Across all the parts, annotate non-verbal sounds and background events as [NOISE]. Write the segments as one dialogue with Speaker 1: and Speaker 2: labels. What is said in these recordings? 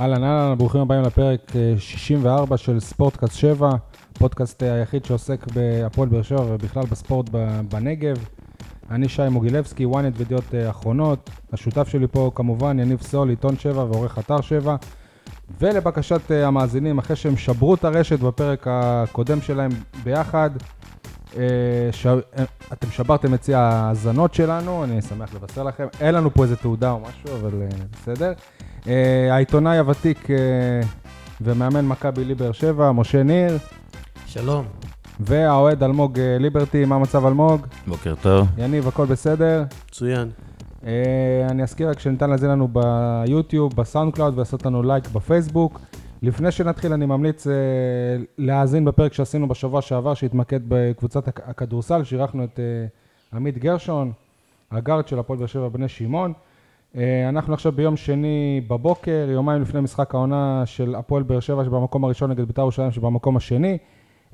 Speaker 1: אהלן אהלן, ברוכים הבאים לפרק אה, 64 של ספורטקאסט 7, פודקאסט אה, היחיד שעוסק בהפועל באר שבע ובכלל בספורט ב- בנגב. אני שי מוגילבסקי, ynet וידיעות אה, אחרונות. השותף שלי פה כמובן יניב סול, עיתון 7 ועורך אתר 7. ולבקשת אה, המאזינים, אחרי שהם שברו את הרשת בפרק הקודם שלהם ביחד, אה, ש... אה, אתם שברתם את צי ההאזנות שלנו, אני שמח לבשר לכם. אין לנו פה איזה תעודה או משהו, אבל אה, בסדר. אה, העיתונאי הוותיק אה, ומאמן מכבי לי באר שבע, משה ניר,
Speaker 2: שלום.
Speaker 1: והאוהד אלמוג אה, ליברטי, מה המצב אלמוג?
Speaker 3: בוקר טוב.
Speaker 1: יניב, הכל בסדר?
Speaker 2: מצוין.
Speaker 1: אה, אני אזכיר רק שניתן להזין לנו ביוטיוב, בסאונד קלאוד ולעשות לנו לייק בפייסבוק. לפני שנתחיל, אני ממליץ אה, להאזין בפרק שעשינו בשבוע שעבר, שהתמקד בקבוצת הכ- הכדורסל, שאירחנו את אה, עמית גרשון, הגארד של הפועל באר שבע בני שמעון. אה, אנחנו עכשיו ביום שני בבוקר, יומיים לפני משחק העונה של הפועל באר שבע שבמקום הראשון נגד ביתר ירושלים שבמקום השני.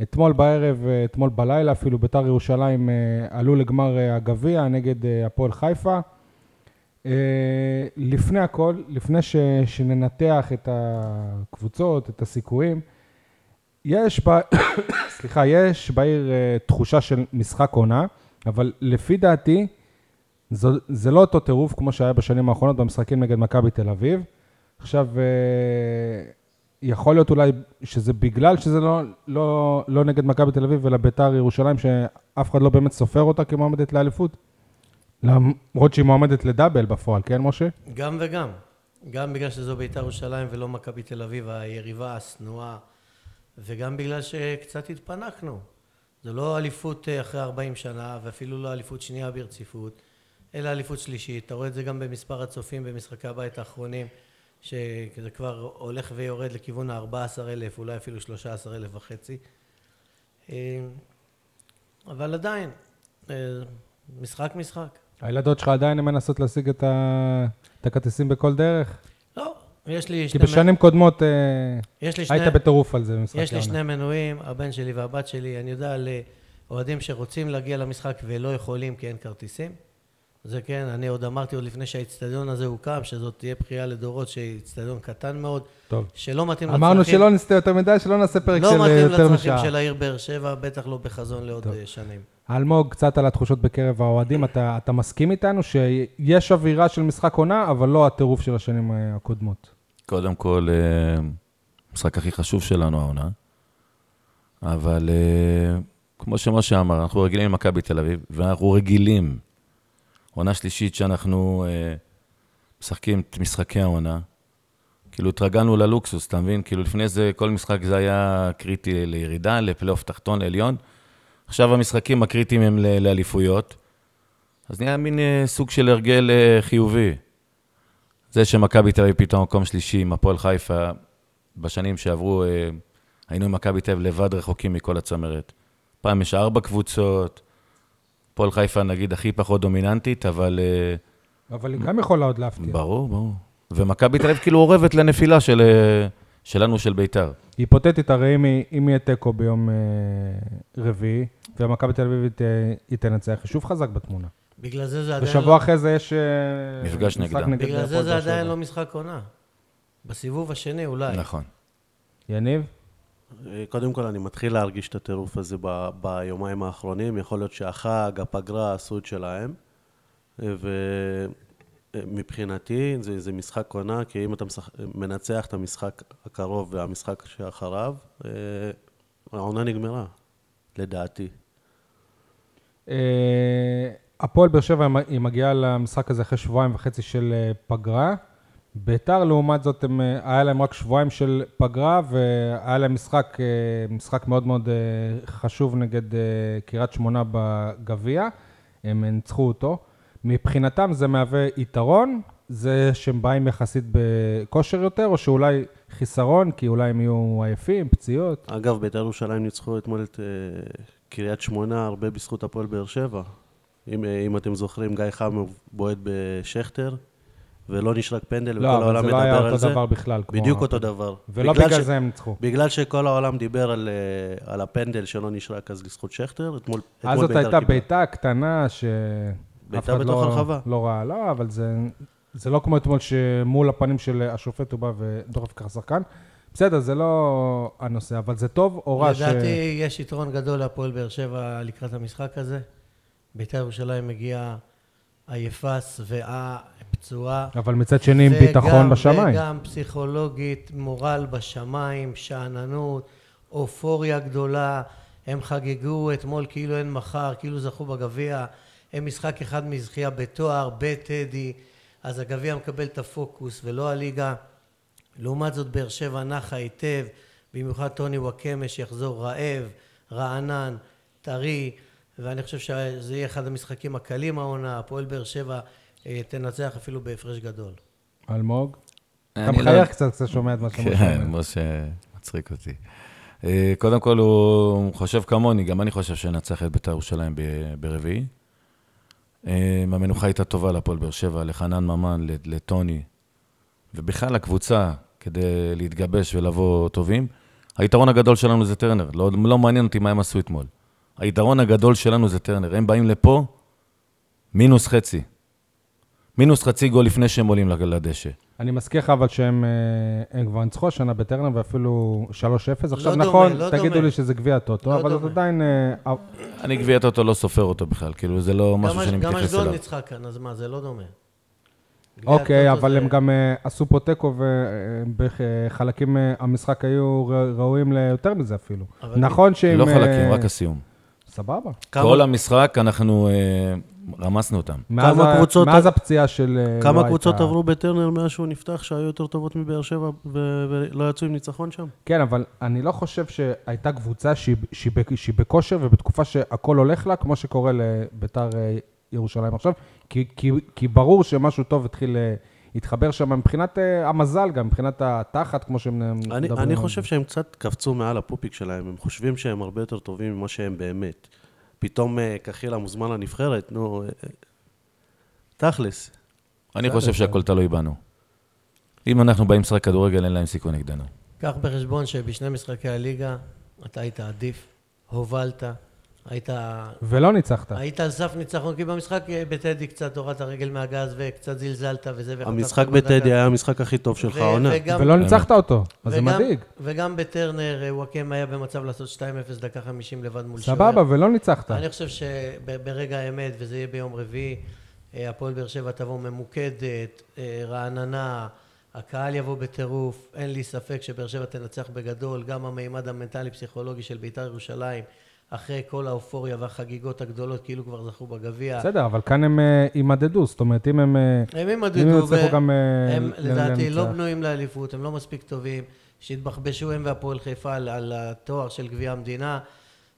Speaker 1: אתמול בערב, אה, אתמול בלילה אפילו, ביתר ירושלים אה, עלו לגמר אה, הגביע נגד אה, הפועל חיפה. אה, לפני הכל, לפני ש, שננתח את הקבוצות, את הסיכויים, יש, ב... [COUGHS] סליחה, יש בעיר אה, תחושה של משחק עונה, אבל לפי דעתי, זו, זה לא אותו טירוף כמו שהיה בשנים האחרונות במשחקים נגד מכבי תל אביב. עכשיו, אה, יכול להיות אולי שזה בגלל שזה לא, לא, לא נגד מכבי תל אביב, אלא ביתר ירושלים, שאף אחד לא באמת סופר אותה כמועמדת לאליפות. למרות שהיא מועמדת לדאבל בפועל, כן, משה?
Speaker 2: גם וגם. גם בגלל שזו בית"ר ירושלים ולא מכבי תל אביב, היריבה השנואה, וגם בגלל שקצת התפנקנו. זו לא אליפות אה, אחרי 40 שנה, ואפילו לא אליפות שנייה ברציפות, אלא אליפות שלישית. אתה רואה את זה גם במספר הצופים במשחקי הבית האחרונים, שזה כבר הולך ויורד לכיוון ה-14,000, אולי אפילו 13,000 וחצי. אה, אבל עדיין, אה, משחק משחק.
Speaker 1: הילדות שלך עדיין הן מנסות להשיג את ה- את הכרטיסים בכל דרך?
Speaker 2: לא, יש לי
Speaker 1: כי
Speaker 2: שני...
Speaker 1: בשנים קודמות אה,
Speaker 2: יש לי שני,
Speaker 1: היית בטירוף על זה במשחק
Speaker 2: יש לי
Speaker 1: העונה.
Speaker 2: שני מנויים, הבן שלי והבת שלי. אני יודע על אה, אוהדים שרוצים להגיע למשחק ולא יכולים כי אין כרטיסים. זה כן, אני עוד אמרתי עוד לפני שהאיצטדיון הזה הוקם, שזאת תהיה בכייה לדורות, שאיצטדיון קטן מאוד,
Speaker 1: טוב.
Speaker 2: שלא מתאים לצרכים.
Speaker 1: אמרנו שלא נסטה יותר מדי, שלא נעשה פרק של
Speaker 2: לא
Speaker 1: אה,
Speaker 2: מתאים
Speaker 1: יותר
Speaker 2: לצרכים
Speaker 1: משעה.
Speaker 2: של העיר באר שבע, בטח לא בחזון לעוד אה, שנים.
Speaker 1: אלמוג, קצת על התחושות בקרב האוהדים. אתה אתה מסכים איתנו שיש אווירה של משחק עונה, אבל לא הטירוף של השנים אה, הקודמות.
Speaker 3: קודם כל, אה, המשחק הכי חשוב שלנו העונה, אבל אה, כמו שמשה אמר, אנחנו רגילים למכבי תל אביב, ואנחנו רגילים. עונה שלישית שאנחנו אה, משחקים את משחקי העונה. כאילו, התרגלנו ללוקסוס, אתה מבין? כאילו, לפני זה, כל משחק זה היה קריטי לירידה, לפלייאוף תחתון, לעליון. עכשיו המשחקים הקריטיים הם ל- לאליפויות. אז נהיה מין אה, סוג של הרגל אה, חיובי. זה שמכבי תל אביב פתאום מקום שלישי עם הפועל חיפה, בשנים שעברו אה, היינו עם מכבי תל אביב לבד רחוקים מכל הצמרת. פעם יש ארבע קבוצות, הפועל חיפה נגיד הכי פחות דומיננטית, אבל אה,
Speaker 1: אבל היא גם יכולה עוד להפתיע.
Speaker 3: ברור, ברור. ומכבי תל אביב כאילו אורבת לנפילה של, אה, שלנו, של ביתר.
Speaker 1: היפותטית, הרי אם היא- אם יהיה תיקו ביום אה, רביעי, ומכבי תל אביב ת- היא תנצח, חישוב חזק בתמונה.
Speaker 2: בגלל זה זה עדיין
Speaker 1: ושבוע
Speaker 2: לא...
Speaker 1: אחרי זה יש... אה,
Speaker 3: מפגש
Speaker 1: משחק
Speaker 3: נגדם.
Speaker 1: נגד
Speaker 2: בגלל זה
Speaker 1: הפועל
Speaker 2: זה
Speaker 1: באר
Speaker 2: עדיין
Speaker 1: שבע.
Speaker 2: לא משחק עונה. בסיבוב השני אולי.
Speaker 3: נכון.
Speaker 2: לא-
Speaker 1: יניב?
Speaker 4: אה, קודם כל, אני מתחיל להרגיש את הטירוף הזה ב- ביומיים האחרונים. יכול להיות שהחג, הפגרה, עשו את שלהם. אה, ומבחינתי, זה, זה משחק עונה, כי אם אתה משח... מנצח את המשחק הקרוב והמשחק שאחריו, אה, העונה נגמרה, לדעתי.
Speaker 1: אה, הפועל באר שבע היא מגיעה למשחק הזה אחרי שבועיים וחצי של אה, פגרה. ביתר, לעומת זאת, הם, אה, היה להם רק שבועיים של פגרה, והיה להם משחק, אה, משחק מאוד מאוד אה, חשוב נגד אה, קריית שמונה בגביע. הם ניצחו אותו. מבחינתם זה מהווה יתרון, זה שהם באים יחסית בכושר יותר, או שאולי חיסרון, כי אולי הם יהיו עייפים, פציעות.
Speaker 4: אגב, בית"ר ירושלים ניצחו אתמול את אה, קריית שמונה הרבה בזכות הפועל באר שבע. אם, אה, אם אתם זוכרים, גיא חמוב בועט בשכטר, ולא נשרק פנדל,
Speaker 1: לא,
Speaker 4: וכל
Speaker 1: אבל
Speaker 4: העולם
Speaker 1: זה
Speaker 4: מדבר
Speaker 1: לא היה
Speaker 4: על
Speaker 1: אותו
Speaker 4: זה.
Speaker 1: דבר בכלל. כמו-
Speaker 4: בדיוק אותו דבר.
Speaker 1: ולא בגלל
Speaker 4: ש-
Speaker 1: זה הם ניצחו.
Speaker 4: בגלל שכל העולם דיבר על, אה, על הפנדל שלא נשרק אז לזכות שכטר, אתמול אתמול
Speaker 1: אז זאת
Speaker 4: בית"ר
Speaker 1: הייתה
Speaker 4: קיבלה.
Speaker 1: ביתה קטנה ש...
Speaker 4: ביתה
Speaker 1: אף אחד
Speaker 4: בתוך
Speaker 1: לא-
Speaker 4: הרחבה.
Speaker 1: לא ראה, לא, אבל זה... זה לא כמו אתמול שמול הפנים של השופט הוא בא ודוחף ככה שחקן. בסדר, זה לא הנושא, אבל זה טוב או רע ש...
Speaker 2: לדעתי יש יתרון גדול להפועל באר שבע לקראת המשחק הזה. בית"ר ירושלים מגיעה עייפה, שבעה, פצועה.
Speaker 1: אבל מצד שני, עם
Speaker 2: וגם-
Speaker 1: ביטחון בשמיים.
Speaker 2: וגם פסיכולוגית, מורל בשמיים, שאננות, אופוריה גדולה. הם חגגו אתמול כאילו אין מחר, כאילו זכו בגביע. הם משחק אחד מזכייה בתואר, בטדי. אז הגביע מקבל את הפוקוס ולא הליגה. לעומת זאת, באר שבע נחה היטב, במיוחד טוני וואקמה שיחזור רעב, רענן, טרי, ואני חושב שזה יהיה אחד המשחקים הקלים העונה, הפועל באר שבע אה, תנצח אפילו בהפרש גדול.
Speaker 1: אלמוג? אתה
Speaker 3: אני לא-
Speaker 1: מחייך קצת כשאתה שומע את מה שאתה
Speaker 3: כן,
Speaker 1: אומר.
Speaker 3: משה מצחיק אותי. אה, קודם כל, הוא חושב כמוני, גם אני חושב שננצח את בית"ר ירושלים ב- ברביעי. אה, המנוחה הייתה טובה להפועל באר שבע, לחנן ממן, ל- לטוני, ובכלל לקבוצה, כדי להתגבש ולבוא טובים. היתרון הגדול שלנו זה טרנר, לא, לא מעניין אותי מה הם עשו אתמול. היתרון הגדול שלנו זה טרנר, הם באים לפה, מינוס חצי. מינוס חצי גול לפני שהם עולים לדשא.
Speaker 1: אני מזכיר לך אבל שהם אה, הם כבר ניצחו השנה בטרנר ואפילו 3-0. עכשיו
Speaker 2: דומה,
Speaker 1: נכון,
Speaker 2: לא
Speaker 1: תגידו
Speaker 2: דומה.
Speaker 1: לי שזה גביע הטוטו,
Speaker 2: לא
Speaker 1: אבל זה
Speaker 2: דומה.
Speaker 1: עדיין... אה,
Speaker 3: אני גביע טוטו לא סופר אותו בכלל, כאילו זה לא
Speaker 2: גם
Speaker 3: משהו
Speaker 2: אש-
Speaker 3: שאני
Speaker 2: גם
Speaker 3: מתייחס
Speaker 2: אשדוד
Speaker 3: אליו.
Speaker 2: ניצחה כאן, אז מה, זה לא דומה.
Speaker 1: אוקיי,
Speaker 2: הטוטו
Speaker 1: אבל
Speaker 2: זה-
Speaker 1: הם גם אה, עשו פה תיקו ובחלקים המשחק היו ר- ראויים ליותר מזה אפילו.
Speaker 2: אבל-
Speaker 1: נכון שהם...
Speaker 3: לא
Speaker 1: אה,
Speaker 3: חלקים, רק הסיום.
Speaker 1: סבבה.
Speaker 2: כמה-
Speaker 3: כל המשחק אנחנו אה, רמסנו אותם.
Speaker 1: מאז ה-
Speaker 4: קבוצות-
Speaker 1: מאז הפציעה של... אה, לא
Speaker 4: כמה
Speaker 1: הייתה-
Speaker 4: קבוצות עברו בטרנר מאז שהוא נפתח שהיו יותר טובות מבאר שבע ו- ולא יצאו עם ניצחון שם?
Speaker 1: כן, אבל אני לא חושב שהייתה קבוצה שהיא- שהיא ב- שהיא בכושר ובתקופה שהכל הולך לה, כמו שקורה לביתר אה, ירושלים עכשיו, כי- כי- כי ברור שמשהו טוב התחיל אה, להתחבר שם מבחינת אה, המזל גם, מבחינת התחת, כמו שהם אה,
Speaker 4: אני,
Speaker 1: מדברים.
Speaker 4: אני
Speaker 1: על
Speaker 4: חושב
Speaker 1: זה.
Speaker 4: שהם קצת קפצו מעל הפופיק שלהם, הם חושבים שהם הרבה יותר טובים ממה שהם באמת. פתאום אה, קחילה מוזמן לנבחרת, נו, אה, אה, תכלס.
Speaker 3: אני חושב שהכל תלוי בנו. אם אנחנו באים לשחק כדורגל, אין להם סיכוי נגדנו.
Speaker 2: קח בחשבון שבשני משחקי הליגה אתה היית עדיף, הובלת, היית...
Speaker 1: ולא ניצחת.
Speaker 2: היית על סף ניצחון, כי במשחק אה, בטדי קצת הורדת רגל מהגז וקצת זלזלת וזה וחטפת
Speaker 4: המשחק
Speaker 2: בדקה.
Speaker 4: בטדי היה המשחק הכי טוב שלך
Speaker 2: ו-
Speaker 4: העונה.
Speaker 2: וגם-
Speaker 1: ולא ניצחת אותו, אז זה
Speaker 2: וגם-
Speaker 1: מדאיג.
Speaker 2: וגם בטרנר, אה, וואקם היה במצב לעשות 2-0 דקה 50 לבד מול שוער.
Speaker 1: סבבה, ולא ניצחת.
Speaker 2: אני חושב שברגע האמת, וזה יהיה ביום רביעי, אה, הפועל באר שבע תבוא ממוקדת, אה, רעננה, הקהל יבוא בטירוף, אין לי ספק שבאר שבע תנצח בגדול, גם המימד המנטלי-פסיכולוגי של בית"ר ירושלים, אחרי כל האופוריה והחגיגות הגדולות, כאילו כבר זכו בגביע.
Speaker 1: בסדר, אבל כאן הם אה, יימדדו, זאת אומרת, אם הם... אה,
Speaker 2: הם ימדדו,
Speaker 1: אם הם יצליחו
Speaker 2: ו-
Speaker 1: גם... אה,
Speaker 2: הם
Speaker 1: ל-
Speaker 2: לדעתי לא
Speaker 1: לנצח.
Speaker 2: בנויים לאליפות, הם לא מספיק טובים, שהתבחבשו הם והפועל חיפה על, על התואר של גביע המדינה,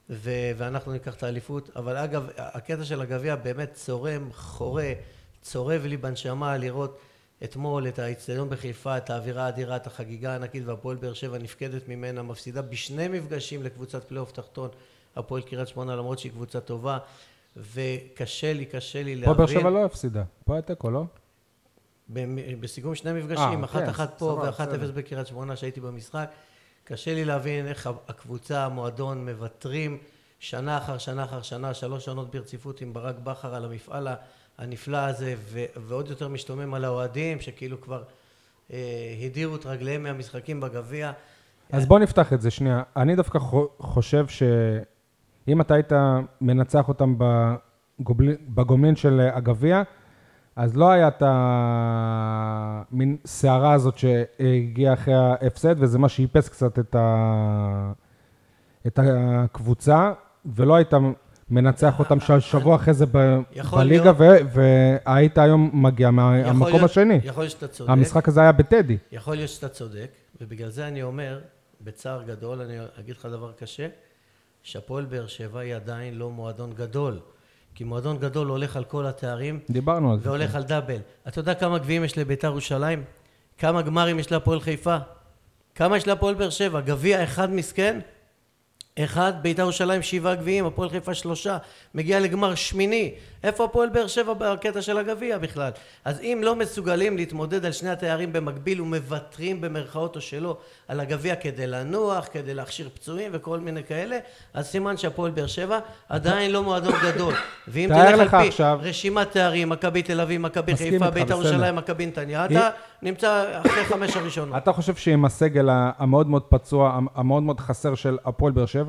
Speaker 2: ו, ואנחנו ניקח את האליפות. אבל אגב, הקטע של הגביע באמת צורם, חורה, צורב לי בנשמה לראות אתמול את האצטדיון בחיפה, את האווירה האדירה, את החגיגה הענקית, והפועל באר שבע נפקדת ממנה, מפסידה בשני מפגשים לקבוצת פלייאוף תחתון, הפועל קריית שמונה, למרות שהיא קבוצה טובה. וקשה לי, קשה לי
Speaker 1: פה
Speaker 2: להבין.
Speaker 1: באר שבע לא הפסידה, פה היה תיקו, לא?
Speaker 2: במ- בסיכום שני
Speaker 1: אה,
Speaker 2: מפגשים, אחת
Speaker 1: כן,
Speaker 2: אחת פה
Speaker 1: סבבה,
Speaker 2: ואחת
Speaker 1: בסדר.
Speaker 2: אפס בקריית שמונה שהייתי במשחק. קשה לי להבין איך הקבוצה, המועדון, מוותרים שנה אחר שנה אחר שנה, שלוש שנות ברציפות עם ברק בכר על המפעל הנפלא הזה, ו- ועוד יותר משתומם על האוהדים, שכאילו כבר אה, הדירו את רגליהם מהמשחקים בגביע.
Speaker 1: אז בוא נפתח את זה שנייה. אני דווקא חו- חושב שאם אתה היית מנצח אותם בגובלין- בגומלין של אה, הגביע, אז לא היה את המין סערה הזאת שהגיעה אחרי ההפסד, וזה מה שאיפס קצת את, ה... את הקבוצה, ולא היית מנצח אותם ש- שבוע אחרי זה ב...
Speaker 2: יכול
Speaker 1: בליגה, ו... והיית היום מגיע
Speaker 2: יכול
Speaker 1: מהמקום
Speaker 2: להיות-
Speaker 1: השני.
Speaker 2: יכול להיות שאתה צודק.
Speaker 1: המשחק הזה היה בטדי.
Speaker 2: יכול להיות שאתה צודק, ובגלל זה אני אומר, בצער גדול, אני אגיד לך דבר קשה, שהפועל באר שבע היא עדיין לא מועדון גדול. כי מועדון גדול הולך על כל התארים,
Speaker 1: דיברנו על זה.
Speaker 2: והולך על דאבל. אתה יודע כמה גביעים יש לביתר ירושלים? כמה גמרים יש להפועל חיפה? כמה יש להפועל באר שבע? גביע אחד מסכן? אחד, בית"ר ירושלים שבעה גביעים, הפועל חיפה שלושה, מגיע לגמר שמיני. איפה הפועל באר שבע בקטע של הגביע בכלל? אז אם לא מסוגלים להתמודד על שני התארים במקביל ומוותרים במרכאות או שלא על הגביע כדי לנוח, כדי להכשיר פצועים וכל מיני כאלה, אז סימן שהפועל באר שבע עדיין לא מועדון
Speaker 1: [COUGHS]
Speaker 2: גדול. ואם
Speaker 1: תאר
Speaker 2: תלך
Speaker 1: לך
Speaker 2: על פי
Speaker 1: עכשיו-
Speaker 2: רשימת תארים, מכבי תל אביב, מכבי
Speaker 1: מסכים
Speaker 2: חיפה,
Speaker 1: איתך,
Speaker 2: בית"ר
Speaker 1: בסדר.
Speaker 2: ירושלים, מכבי נתניה, אתה נמצא אחרי חמש הראשונות.
Speaker 1: לא. אתה חושב שעם הסגל ה- המאוד מאוד פצוע, המ- המאוד מאוד חסר של הפועל באר שבע,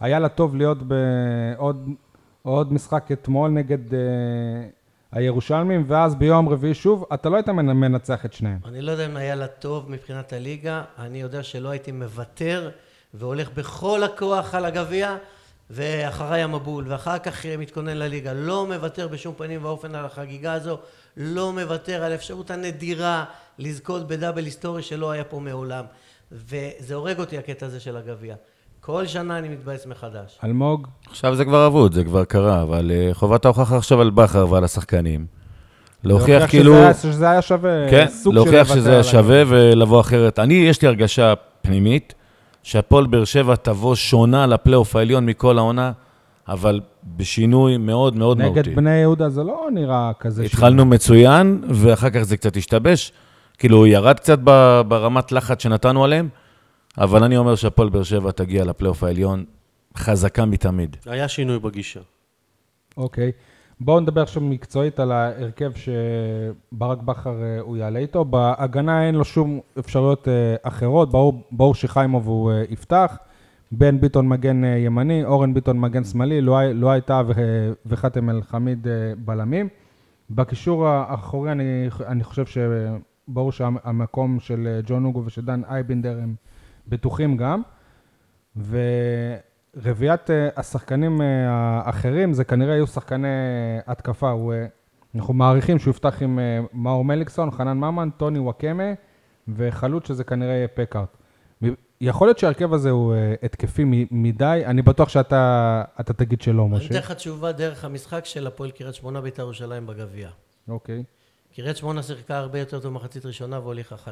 Speaker 1: היה לה טוב להיות בעוד עוד משחק אתמול נגד אה, הירושלמים, ואז ביום רביעי שוב, אתה לא היית מנ- מנצח את שניהם.
Speaker 2: אני לא יודע אם היה לה טוב מבחינת הליגה, אני יודע שלא הייתי מוותר והולך בכל הכוח על הגביע ואחריי המבול ואחר כך אה, מתכונן לליגה. לא מוותר בשום פנים ואופן על החגיגה הזו, לא מוותר על האפשרות הנדירה לזכות בדאבל היסטורי שלא היה פה מעולם. וזה הורג אותי הקטע הזה של הגביע. כל שנה אני מתבאס מחדש.
Speaker 1: אלמוג,
Speaker 3: עכשיו זה כבר אבוד, זה כבר קרה, אבל אה, חובת ההוכחה עכשיו על בכר ועל השחקנים. להוכיח כאילו...
Speaker 1: שזה היה, שזה היה שווה,
Speaker 3: כן,
Speaker 1: סוג של
Speaker 3: להוכיח
Speaker 1: לוותר
Speaker 3: שזה
Speaker 1: על
Speaker 3: היה
Speaker 1: הגביע.
Speaker 3: שווה ולבוא אחרת. אני, יש לי הרגשה פנימית שהפועל באר שבע תבוא שונה לפלייאוף העליון מכל העונה, אבל בשינוי מאוד מאוד מהותי.
Speaker 1: נגד בני יהודה זה לא נראה כזה
Speaker 3: התחלנו מצוין, ואחר כך זה קצת השתבש. כאילו, ירד קצת ב- ברמת לחץ שנתנו עליהם, אבל אני אומר שהפועל באר שבע תגיע לפלייאוף העליון חזקה מתמיד.
Speaker 4: היה שינוי בגישה.
Speaker 1: אוקיי. בואו נדבר עכשיו מקצועית על ההרכב שברק בכר אה, הוא יעלה איתו. בהגנה אין לו שום אפשרויות אה, אחרות, ברור, ברור שחיימוב הוא אה, יפתח. בן ביטון מגן אה, ימני, אורן ביטון מגן שמאלי, לואי- לואי טאה ו- וחאתם אל-חמיד אה, בלמים. בקישור האחורי אני, אני חושב שברור שהמקום של אה, ג'ון אוגו ושל דן אייבינדר הם בטוחים גם. ורביעיית אה, השחקנים אה, האחרים, זה כנראה יהיו שחקני התקפה. הוא, אה, אנחנו מעריכים שהוא יפתח עם אה, מאור מליקסון, חנן ממן, טוני וואקמה וחלוץ, שזה כנראה יהיה פקארט. מ- יכול להיות שההרכב הזה הוא אה, התקפי מ- מדי, אני בטוח שאתה אתה תגיד שלא,
Speaker 2: אני אתן
Speaker 1: משה.
Speaker 2: לך תשובה דרך המשחק של הפועל קריית שמונה בית"ר ירושלים בגביע.
Speaker 1: אוקיי.
Speaker 2: קריית שמונה שיחקה הרבה יותר טוב במחצית ראשונה והוליכה 1-0.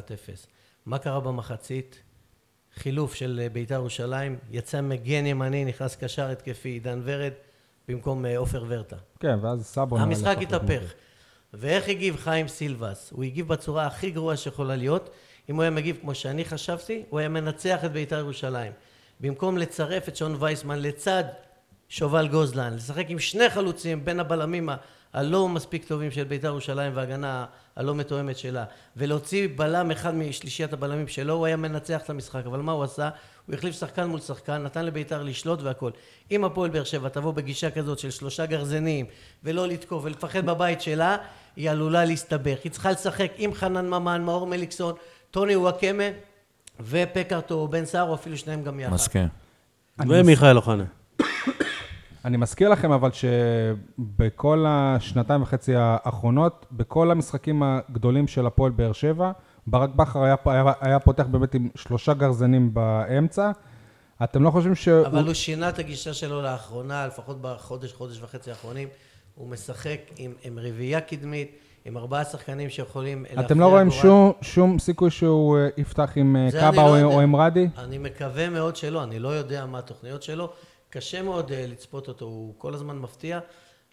Speaker 2: מה קרה במחצית? חילוף של אה, בית"ר ירושלים, יצא מגן ימני, נכנס קשר התקפי עידן ורד במקום אה, עופר ורטה.
Speaker 1: כן, ואז סאבון...
Speaker 2: המשחק
Speaker 1: עלה פחות.
Speaker 2: התהפך. ואיך הגיב חיים סילבס? הוא הגיב בצורה הכי גרועה שיכולה להיות. אם הוא היה מגיב כמו שאני חשבתי, הוא היה מנצח את בית"ר ירושלים. במקום לצרף את שון וייסמן לצד שובל גוזלן, לשחק עם שני חלוצים בין הבלמים ה- הלא מספיק טובים של בית"ר ירושלים וההגנה הלא מתואמת שלה, ולהוציא בלם אחד משלישיית הבלמים שלו, הוא היה מנצח את המשחק. אבל מה הוא עשה? הוא החליף שחקן מול שחקן, נתן לביתר לשלוט והכל. אם הפועל באר שבע תבוא בגישה כזאת של שלושה גרזנים, ולא לתקוף ולפחד בבית שלה, היא עלולה להסתבך. היא צריכה לשחק עם חנן ממן, מאור מליקסון, טוני וואקמה ופקארטו או בן סער, או אפילו שניהם גם יחד.
Speaker 3: מסכים.
Speaker 4: ומיכאל אוחנה.
Speaker 1: אני מזכיר לכם אבל שבכל השנתיים וחצי האחרונות, בכל המשחקים הגדולים של הפועל באר שבע, ברק בכר היה, פה- היה, היה פותח באמת עם שלושה גרזנים באמצע. אתם לא חושבים שהוא...
Speaker 2: אבל הוא שינה את הגישה שלו לאחרונה, לפחות בחודש, חודש וחצי האחרונים. הוא משחק עם, עם רביעייה קדמית, עם ארבעה שחקנים שיכולים...
Speaker 1: אתם
Speaker 2: להכריע
Speaker 1: לא רואים
Speaker 2: גורל.
Speaker 1: שום, שום סיכוי שהוא אה, יפתח עם אה,
Speaker 2: זה אני
Speaker 1: קאבה
Speaker 2: לא
Speaker 1: או,
Speaker 2: יודע.
Speaker 1: או עם רדי?
Speaker 2: אני מקווה מאוד שלא, אני לא יודע מה התוכניות שלו. קשה מאוד אה, לצפות אותו, הוא כל הזמן מפתיע.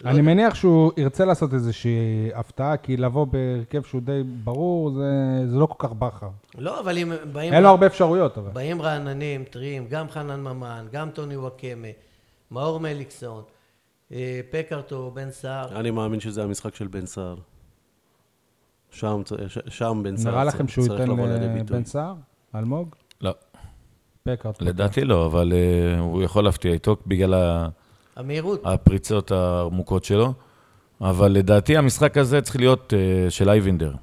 Speaker 2: לא
Speaker 1: אני
Speaker 2: יודע.
Speaker 1: מניח שהוא ירצה לעשות איזושהי הפתעה, כי לבוא בהרכב שהוא די ברור, זה, זה לא כל כך בכר.
Speaker 2: לא, אבל אם הם באים...
Speaker 1: אין לו הרבה אפשרויות, אבל.
Speaker 2: באים רעננים, טריים, גם חנן ממן, גם טוני וואקמה, מאור מליקסון, אה, פקארטו, בן סער.
Speaker 4: אני מאמין שזה המשחק של בן סער. שם, צ- ש- שם בן סער
Speaker 1: נראה
Speaker 4: צ-
Speaker 1: לכם שהוא
Speaker 4: צריך
Speaker 1: ייתן
Speaker 4: לבוא לידי ביטוי.
Speaker 1: לבן סער? אלמוג?
Speaker 3: לא,
Speaker 1: פקארט.
Speaker 3: לדעתי לא, אבל אה, הוא יכול להפתיע איתו בגלל ה-
Speaker 2: המהירות.
Speaker 3: הפריצות העמוקות שלו, אבל לדעתי המשחק הזה צריך להיות אה, של אייבינדר.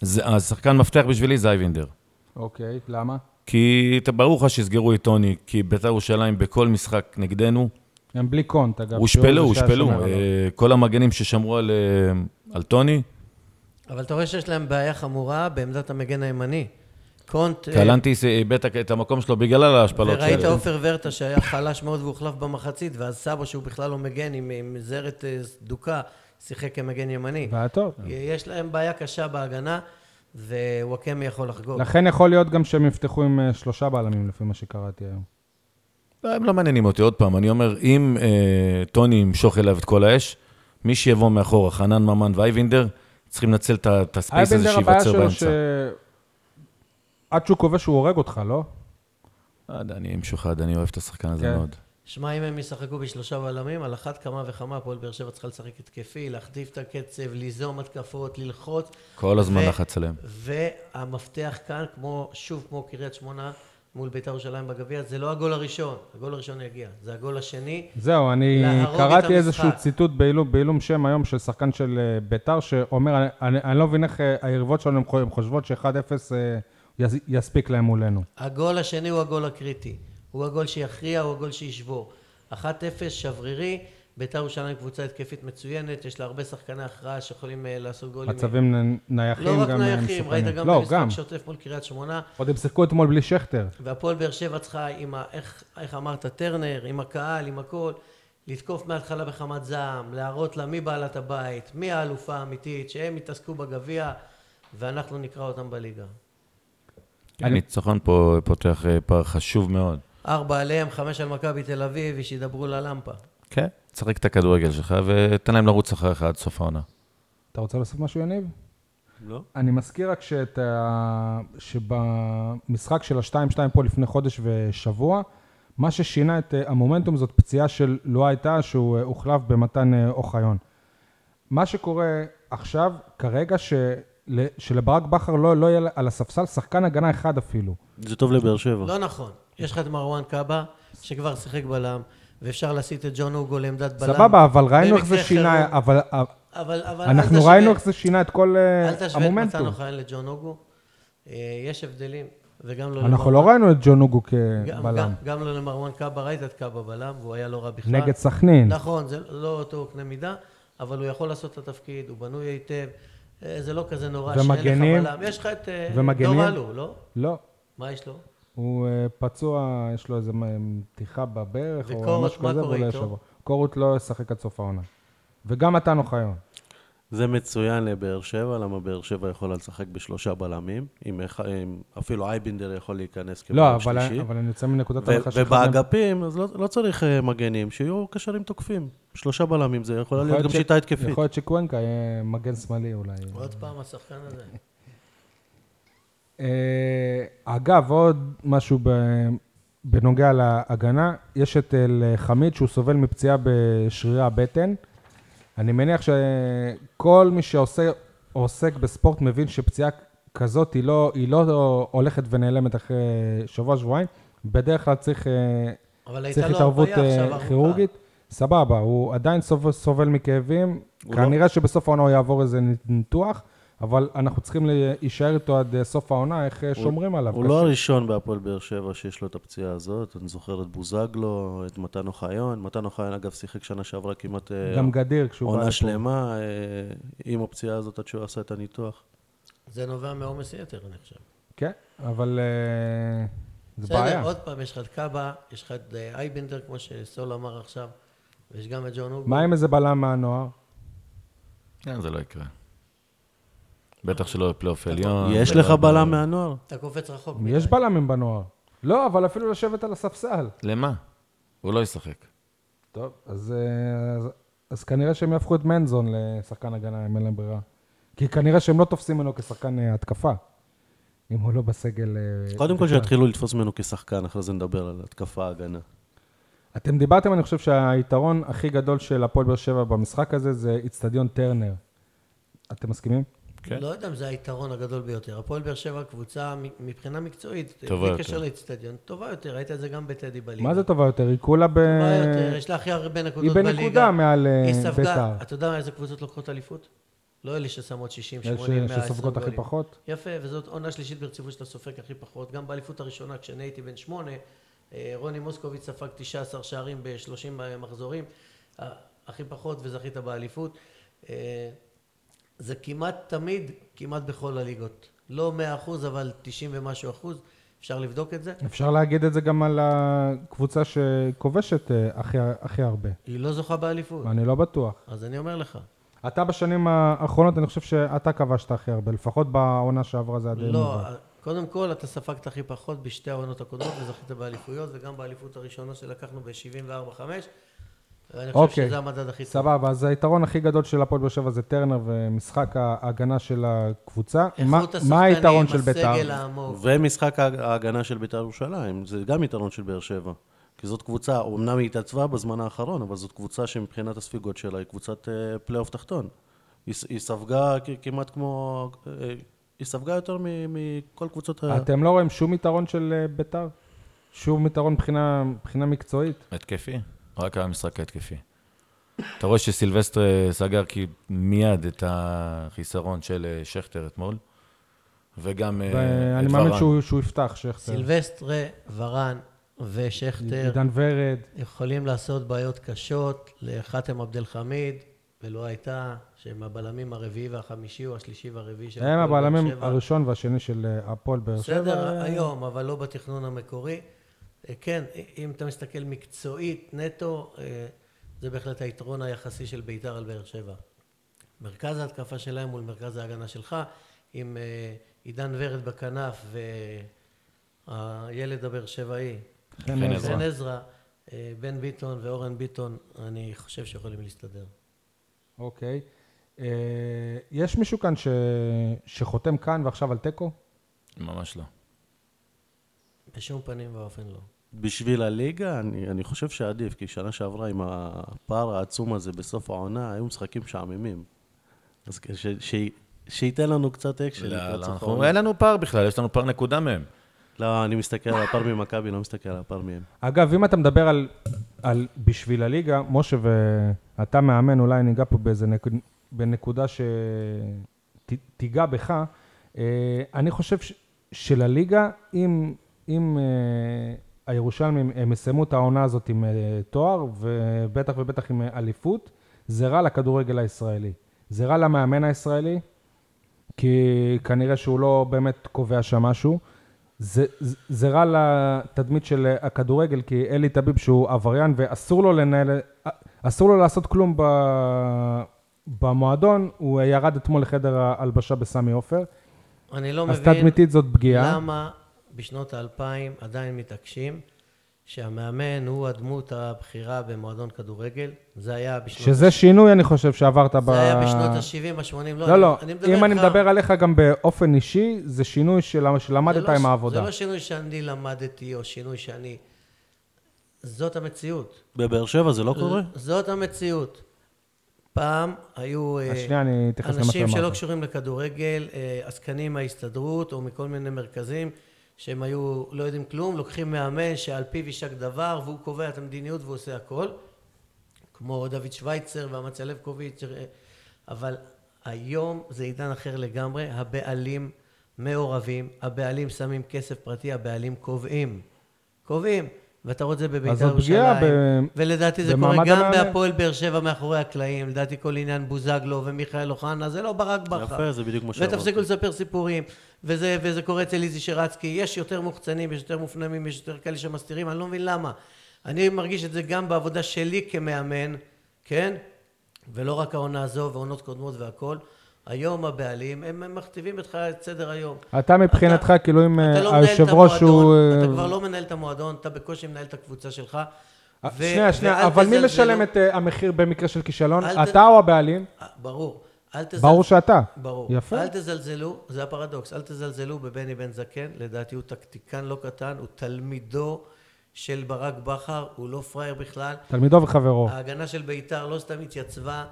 Speaker 3: זה- השחקן מפתח בשבילי זה אייבינדר.
Speaker 1: אוקיי, למה?
Speaker 3: כי אתה- ברור לך שיסגרו את טוני, כי בית"ר ירושלים בכל משחק נגדנו,
Speaker 1: הם בלי קונט, אגב. שהוא זה לא?
Speaker 3: הושפלו,
Speaker 1: שהיה
Speaker 3: הושפלו.
Speaker 1: שומר עליו.
Speaker 3: אה, כל המגנים ששמרו על, אה, על טוני,
Speaker 2: אבל אתה רואה שיש להם בעיה חמורה בעמדת המגן הימני. קונט... אה,
Speaker 3: קלנטיס איבד את- את המקום שלו בגלל ההשפלות
Speaker 2: וראית
Speaker 3: שלו.
Speaker 2: עופר ורטה שהיה חלש מאוד והוחלף במחצית, ואז סבא שהוא בכלל לא מגן עם, עם זרת אה, סדוקה, שיחק כמגן ימני.
Speaker 1: והיה טוב.
Speaker 3: אה.
Speaker 2: יש להם בעיה קשה בהגנה, ווואקמה יכול לחגוג.
Speaker 1: לכן יכול להיות גם שהם יפתחו עם אה, שלושה בלמים, לפי מה שקראתי היום.
Speaker 3: לא, הם לא מעניינים אותי. עוד פעם, אני אומר, אם אה, טוני ימשוך אליו את כל האש, מי שיבוא מאחורה, חנן ממן ואייבינדר, צריכים לנצל את ה- את הספייס הזה
Speaker 1: אייבנדר הבעיה
Speaker 3: שייווצר
Speaker 1: שלו
Speaker 3: באמצע.
Speaker 1: ש... עד שהוא כובש הוא הורג אותך, לא?
Speaker 3: לא יודע, אני משוחד, אני אוהב את השחקן הזה
Speaker 1: כן.
Speaker 3: מאוד.
Speaker 2: שמע, אם הם ישחקו בשלושה בלמים, על אחת כמה וכמה הפועל באר שבע צריכה לשחק התקפי, להחטיף את הקצב, ליזום התקפות, ללחוץ,
Speaker 3: כל הזמן
Speaker 1: אה,
Speaker 2: ו-
Speaker 3: לחץ עליהם.
Speaker 2: והמפתח כאן, כמו, שוב כמו קריית שמונה מול בית"ר ירושלים בגביע, זה לא הגול הראשון, הגול הראשון יגיע, זה הגול השני,
Speaker 1: זהו, אני
Speaker 2: להרוג את
Speaker 1: קראתי
Speaker 2: המשחק.
Speaker 1: איזשהו ציטוט בעילום, בעילום שם היום של שחקן של אה, ביתר, שאומר, "אני- אני, אני לא מבין איך אה, היריבות שלנו הם חו- הם חושבות ש-1-0 יספיק להם מולנו.
Speaker 2: הגול השני הוא הגול הקריטי. הוא הגול שיכריע, הוא הגול שישבור. 1-0 שברירי, בית"ר ירושלים קבוצה התקפית מצוינת, יש לה הרבה שחקני הכרעה שיכולים אה, לעשות גולים.
Speaker 1: מצבים נ- נייחים גם...
Speaker 2: לא רק
Speaker 1: אה,
Speaker 2: נייחים, ראית
Speaker 1: מסוכנים.
Speaker 2: גם
Speaker 1: לא,
Speaker 2: במשחק
Speaker 1: גם.
Speaker 2: שוטף מול קריית שמונה,
Speaker 1: עוד הם שיחקו אתמול בלי שכטר.
Speaker 2: והפועל באר שבע צריכה עם ה... איך, איך אמרת, טרנר, עם הקהל, עם הכל, לתקוף מההתחלה בחמת זעם, להראות לה מי בעלת הבית, מי האלופה האמיתית, שהם יתעסקו בגביע, ואנחנו נקרא אותם בליגה.
Speaker 3: כן,
Speaker 1: אה, אני-
Speaker 3: הניצחון פה פותח אה, פער חשוב מאוד.
Speaker 2: ארבע עליהם, חמש על מכבי תל אביב, שידברו ללמפה.
Speaker 3: כן. תשחק את הכדורגל שלך ותן להם לרוץ אחריך עד סוף העונה.
Speaker 1: אתה רוצה להוסיף משהו, יניב?
Speaker 4: לא?
Speaker 1: אני מזכיר רק שאת ה... שבמשחק של ה-2-2 פה לפני חודש ושבוע, מה ששינה את אה, המומנטום זאת פציעה של לא הייתה, שהוא אה, הוחלף במתן אה, אוחיון. מה שקורה עכשיו, כרגע, של... שלברק בכר לא, לא יהיה על הספסל שחקן הגנה אחד אפילו.
Speaker 4: זה טוב לבאר שבע.
Speaker 2: לא נכון. יש לך את מרואן קאבה, שכבר שיחק בלם, ואפשר להסיט את ג'ון הוגו לעמדת בלם.
Speaker 1: סבבה, אבל ראינו איך זה
Speaker 2: במקרה
Speaker 1: שינה,
Speaker 2: חירום.
Speaker 1: אבל אה,
Speaker 2: אבל, אבל אל
Speaker 1: אנחנו
Speaker 2: תשווה-
Speaker 1: ראינו איך זה שינה את כל אה,
Speaker 2: אל תשווה את מתן
Speaker 1: המומנטום.
Speaker 2: אוחיון לג'ון הוגו. אה, יש הבדלים, וגם לא
Speaker 1: אנחנו
Speaker 2: למרואן-
Speaker 1: לא ראינו את ג'ון אוגו
Speaker 2: גם-
Speaker 1: כבלם.
Speaker 2: גם- גם לא למרואן קאבה, ראית את קאבה בלם, והוא היה לא רע בכלל.
Speaker 1: נגד סכנין.
Speaker 2: נכון, זה לא אותו קנה מידה, אבל הוא יכול לעשות את התפקיד, הוא בנוי היטב. אה, זה לא כזה נורא שאין
Speaker 1: ומגנים?
Speaker 2: לך בלם. יש לך את אה,
Speaker 1: ומגנים?
Speaker 2: דור אלו, לא?
Speaker 1: לא.
Speaker 2: מה יש לו?
Speaker 1: הוא אה, פצוע, יש לו איזה מ- מתיחה בברך, או
Speaker 2: וקורות,
Speaker 1: משהו
Speaker 2: מה
Speaker 1: כזה,
Speaker 2: קורה
Speaker 1: והוא לא
Speaker 2: איתו?
Speaker 1: ישבו. קורות לא ישחק עד סוף העונה. וגם מתן אוחיון.
Speaker 4: זה מצוין לבאר שבע, למה באר שבע יכולה לשחק בשלושה בלמים, עם, אח- עם אפילו אייבינדר יכול להיכנס כבלם
Speaker 1: לא, אבל
Speaker 4: כן, שלישי.
Speaker 1: אבל לא אני יוצא מנקודת
Speaker 4: ו-
Speaker 1: הנחה שאחד מהם-
Speaker 4: ובאגפים, אז לא, לא צריך אה, מגנים, שיהיו קשרים תוקפים. שלושה בלמים, זה יכולה
Speaker 1: יכול
Speaker 4: להיות
Speaker 1: להיות
Speaker 4: גם
Speaker 1: ש-
Speaker 4: שיטה התקפית.
Speaker 1: יכול להיות שקוונקה יהיה מגן שמאלי אולי.
Speaker 2: עוד פעם השחקן הזה.
Speaker 1: אה, אגב, עוד משהו ב- בנוגע להגנה, יש את אל-חמיד שהוא סובל מפציעה בשרירי הבטן. אני מניח שכל מי שעוסק בספורט מבין שפציעה כזאת היא לא, היא לא הולכת ונעלמת אחרי שבוע-שבועיים. בדרך כלל צריך, אה,
Speaker 2: אבל הייתה
Speaker 1: צריך
Speaker 2: לו
Speaker 1: התערבות
Speaker 2: הרפאיה
Speaker 1: אה,
Speaker 2: עכשיו ארוכה.
Speaker 1: כירורגית. סבבה, הוא עדיין סובל, סובל מכאבים.
Speaker 4: הוא לא-
Speaker 1: כנראה שבסוף העונה הוא יעבור איזה ניתוח, אבל אנחנו צריכים להישאר איתו עד אה, סוף העונה, איך אה, שומרים עליו.
Speaker 4: הוא
Speaker 1: קשה.
Speaker 4: לא הראשון בהפועל באר שבע שיש לו את הפציעה הזאת, אני זוכר את בוזגלו, את מתן אוחיון. מתן אוחיון, אגב, שיחק שנה שעברה כמעט אה,
Speaker 1: גם גדיר כשהוא בא
Speaker 4: עונה
Speaker 1: לפה.
Speaker 4: שלמה אה, עם הפציעה הזאת עד שהוא עשה את הניתוח.
Speaker 2: זה נובע מעומס יתר, אני חושב.
Speaker 1: כן, אבל אה, זה בעיה.
Speaker 2: בסדר, עוד פעם, יש לך את קאבה, יש לך את אה, אייבנדר, כמו שסול אמר עכשיו, ויש גם את ג'ון הוגו.
Speaker 1: מה עם איזה בלם מהנוער?
Speaker 3: כן, זה לא יקרה. בטח שלא בפלייאוף
Speaker 1: אה,
Speaker 3: עליון.
Speaker 4: יש
Speaker 3: ולא
Speaker 4: לך
Speaker 3: ב-
Speaker 4: בלם מהנוער?
Speaker 2: אתה קופץ רחוק. מדי.
Speaker 1: יש בלמים בנוער. לא, אבל אפילו לשבת על הספסל.
Speaker 3: למה? הוא לא ישחק.
Speaker 1: טוב, אז, אה, אז, אז כנראה שהם יהפכו את מנזון לשחקן הגנה, אם אין להם ברירה. כי כנראה שהם לא תופסים ממנו כשחקן אה, התקפה, אם הוא לא בסגל... אה,
Speaker 4: קודם כל
Speaker 1: בכלל.
Speaker 4: שיתחילו לתפוס ממנו כשחקן, אחרי זה נדבר על התקפה הגנה.
Speaker 1: אתם דיברתם, אני חושב שהיתרון הכי גדול של הפועל באר שבע במשחק הזה זה איצטדיון טרנר. אתם מסכימים?
Speaker 3: כן.
Speaker 2: לא יודע אם זה היתרון הגדול ביותר. הפועל באר שבע קבוצה מ- מבחינה מקצועית,
Speaker 3: טובה יותר.
Speaker 2: בלי קשר לאצטדיון, טובה יותר, ראית את זה גם בטדי בליגה.
Speaker 1: מה זה טובה יותר? היא כולה ב...
Speaker 2: לא. טובה יותר? יש לה הכי הרבה
Speaker 1: היא
Speaker 2: נקודות בליגה.
Speaker 1: בנקודה מעל אה,
Speaker 2: היא ספגה,
Speaker 1: בית"ר.
Speaker 2: אתה יודע איזה קבוצות לוקחות אליפות? לא אלה ששמות 60,
Speaker 1: אלה
Speaker 2: 80, 120
Speaker 1: ש-
Speaker 2: גולים.
Speaker 1: אה, שסופגות הכי פחות.
Speaker 2: יפה, וזאת עונה שלישית ברציפות שאתה סופג הכי פחות. גם באליפות הראשונה, כשאני הייתי בן שמונה, אה, רוני מוסקוביץ ספג 19 שערים ב-30 מחזורים, אה, הכי פחות, וזכית באליפות. אה, זה כמעט תמיד, כמעט בכל הליגות. לא 100 אחוז, אבל 90 ומשהו אחוז, אפשר לבדוק את זה.
Speaker 1: אפשר להגיד את זה גם על הקבוצה שכובשת אה, הכי, הכי הרבה.
Speaker 2: היא לא זוכה באליפות,
Speaker 1: אני לא בטוח.
Speaker 2: אז אני אומר לך.
Speaker 1: אתה בשנים האחרונות, אני חושב שאתה כבשת הכי הרבה, לפחות בעונה שעברה זה היה די
Speaker 2: לא,
Speaker 1: מובן.
Speaker 2: קודם כל, אתה ספגת הכי פחות בשתי העונות הקודמות וזכית באליפויות, וגם באליפות הראשונה שלקחנו ב-74-5, ואני חושב
Speaker 1: אוקיי.
Speaker 2: שזה המדד הכי טוב.
Speaker 1: סבבה, אז היתרון הכי גדול של הפועל באר שבע זה טרנר ומשחק ההגנה של הקבוצה. מה-
Speaker 2: איכות
Speaker 1: מה היתרון של
Speaker 2: השחקנים,
Speaker 1: ביתר?
Speaker 2: הסגל העמוק.
Speaker 4: ומשחק ההגנה של בית"ר ירושלים, זה גם יתרון של באר שבע. כי זאת קבוצה, אמנם היא התעצבה בזמן האחרון, אבל זאת קבוצה שמבחינת הספיגות שלה היא קבוצת אה, פלייאוף תחתון. היא, ס- היא ספגה כ- כמעט כמו... אה, היא ספגה יותר מ- מכל קבוצות ה...
Speaker 1: אתם לא רואים שום יתרון של אה, ביתר? שום יתרון מבחינה מבחינה מקצועית?
Speaker 3: התקפי, רק המשחק ההתקפי. אתה רואה שסילבסטר אה, סגר כי מיד את החיסרון של אה, שכטר אתמול, וגם אה,
Speaker 1: ואני
Speaker 3: את
Speaker 1: מאמין
Speaker 3: ורן.
Speaker 1: שהוא- שהוא יפתח, שכטר.
Speaker 2: סילבסטרה, ורן ושכטר
Speaker 1: עידן ורד.
Speaker 2: יכולים לעשות בעיות קשות לחאתם עבד חמיד, ולא הייתה, שהם הבלמים הרביעי והחמישי או השלישי והרביעי של
Speaker 1: הם
Speaker 2: הפועל באר
Speaker 1: הבעלמים
Speaker 2: שבע.
Speaker 1: הראשון והשני של אה, הפועל באר שבע.
Speaker 2: בסדר, היום, אבל לא בתכנון המקורי. אה, כן, אה, אם אתה מסתכל מקצועית, נטו, אה, זה בהחלט היתרון היחסי של בית"ר על באר שבע. מרכז ההתקפה שלהם מול מרכז ההגנה שלך, עם אה, עידן ורד בכנף והילד הבאר שבעי,
Speaker 1: חן
Speaker 3: חן
Speaker 1: עזרא.
Speaker 2: חן עזרא, אה, בן ביטון ואורן ביטון, אני חושב שיכולים להסתדר.
Speaker 1: אוקיי. אה, יש מישהו כאן ש- שחותם כאן ועכשיו על תיקו?
Speaker 3: ממש לא.
Speaker 2: בשום פנים ואופן לא.
Speaker 4: בשביל הליגה, אני, אני חושב שעדיף, כי שנה שעברה עם הפער העצום הזה בסוף העונה, היו משחקים משעממים. אז כ- ש, ש, שייתן לנו קצת אקשן.
Speaker 3: לא,
Speaker 4: לקראת
Speaker 3: לא,
Speaker 4: סוף
Speaker 3: אנחנו-
Speaker 4: העונה.
Speaker 3: אין לנו פער בכלל, יש לנו פער נקודה מהם.
Speaker 4: לא, אני מסתכל על הפער ממכבי, לא מסתכל על הפער מהם.
Speaker 1: אגב, אם אתה מדבר על, על בשביל הליגה, משה ואתה מאמן, אולי ניגע פה באיזה נק, בנקודה שתיגע בך. אה, אני חושב ש, שלליגה, אם, אם אה, הירושלמים הם יסיימו את העונה הזאת עם אה, תואר, ובטח ובטח עם אה, אליפות, זה רע לכדורגל הישראלי. זה רע למאמן הישראלי, כי כנראה שהוא לא באמת קובע שם משהו. זה, זה, זה רע לתדמית של הכדורגל, כי אלי טביב שהוא עבריין ואסור לו לנהל, אסור לו לעשות כלום ב, במועדון, הוא ירד אתמול לחדר ההלבשה בסמי עופר.
Speaker 2: אני לא
Speaker 1: אז
Speaker 2: מבין...
Speaker 1: תדמיתית זאת פגיעה.
Speaker 2: למה בשנות האלפיים עדיין מתעקשים שהמאמן הוא הדמות הבכירה במועדון כדורגל? זה היה בשנות...
Speaker 1: שזה שינוי, אני חושב, שעברת ב...
Speaker 2: זה היה בשנות ה-70, ה-80, לא,
Speaker 1: לא, לא,
Speaker 2: אני, אני מדבר
Speaker 1: אם אני
Speaker 2: איתך.
Speaker 1: מדבר עליך גם באופן אישי, זה שינוי של-
Speaker 2: זה
Speaker 1: שלמדת
Speaker 2: לא-
Speaker 1: עם העבודה.
Speaker 2: זה לא שינוי שאני למדתי, או שינוי שאני... זאת המציאות.
Speaker 4: בבאר שבע זה לא קורה?
Speaker 2: זאת המציאות. פעם היו אה,
Speaker 1: אז שנייה, אני אתייחס למה
Speaker 2: אנשים שלא
Speaker 1: שאמרת.
Speaker 2: קשורים לכדורגל, אה, עסקנים מההסתדרות או מכל מיני מרכזים שהם היו לא יודעים כלום, לוקחים מאמן שעל פיו יישק דבר והוא קובע את המדיניות והוא עושה הכל, כמו דוד שווייצר ואמציה לבקוביץ', אה, אבל היום זה עידן אחר לגמרי, הבעלים מעורבים, הבעלים שמים כסף פרטי, הבעלים קובעים, קובעים, ואתה רואה את זה בבית"ר
Speaker 1: זאת פגיעה
Speaker 2: ירושלים,
Speaker 1: ב-
Speaker 2: ולדעתי זה קורה
Speaker 1: במעמד
Speaker 2: גם
Speaker 1: המאמן.
Speaker 2: בהפועל באר שבע מאחורי הקלעים, לדעתי כל עניין בוזגלו ומיכאל אוחנה, זה לא ברק בכר.
Speaker 4: יפה, זה בדיוק מה שאמרתי.
Speaker 2: ותפסיקו לספר סיפורים, וזה, וזה קורה אצל איזי שרצקי, יש יותר מוחצנים, יש יותר מופנמים, יש יותר כאלה שמסתירים, אני לא מבין למה. אני מרגיש את זה גם בעבודה שלי כמאמן, כן? ולא רק העונה הזו ועונות קודמות והכל. היום הבעלים, הם הם מכתיבים לך את סדר היום.
Speaker 1: אתה מבחינתך, כאילו אם
Speaker 2: אתה
Speaker 1: אה,
Speaker 2: לא מנהל את
Speaker 1: היושב ראש הוא...
Speaker 2: המועדון,
Speaker 1: אה,
Speaker 2: אתה כבר לא מנהל את המועדון, אתה בקושי מנהל את הקבוצה שלך.
Speaker 1: אה,
Speaker 2: ו-
Speaker 1: שנייה, שנייה,
Speaker 2: ואל
Speaker 1: אבל מי
Speaker 2: תזלזלו-
Speaker 1: משלם את אה, המחיר במקרה של כישלון?
Speaker 2: אל ת-
Speaker 1: אתה או הבעלים?
Speaker 2: אה, ברור. אל תזלזל.
Speaker 1: ברור שאתה.
Speaker 2: ברור.
Speaker 1: יפה.
Speaker 2: אל תזלזלו, זה הפרדוקס, אל תזלזלו בבני בן זקן, לדעתי הוא טקטיקן לא קטן, הוא תלמידו של ברק בכר, הוא לא פראייר בכלל.
Speaker 1: תלמידו וחברו.
Speaker 2: ההגנה של בית"ר לא סתם התייצבה,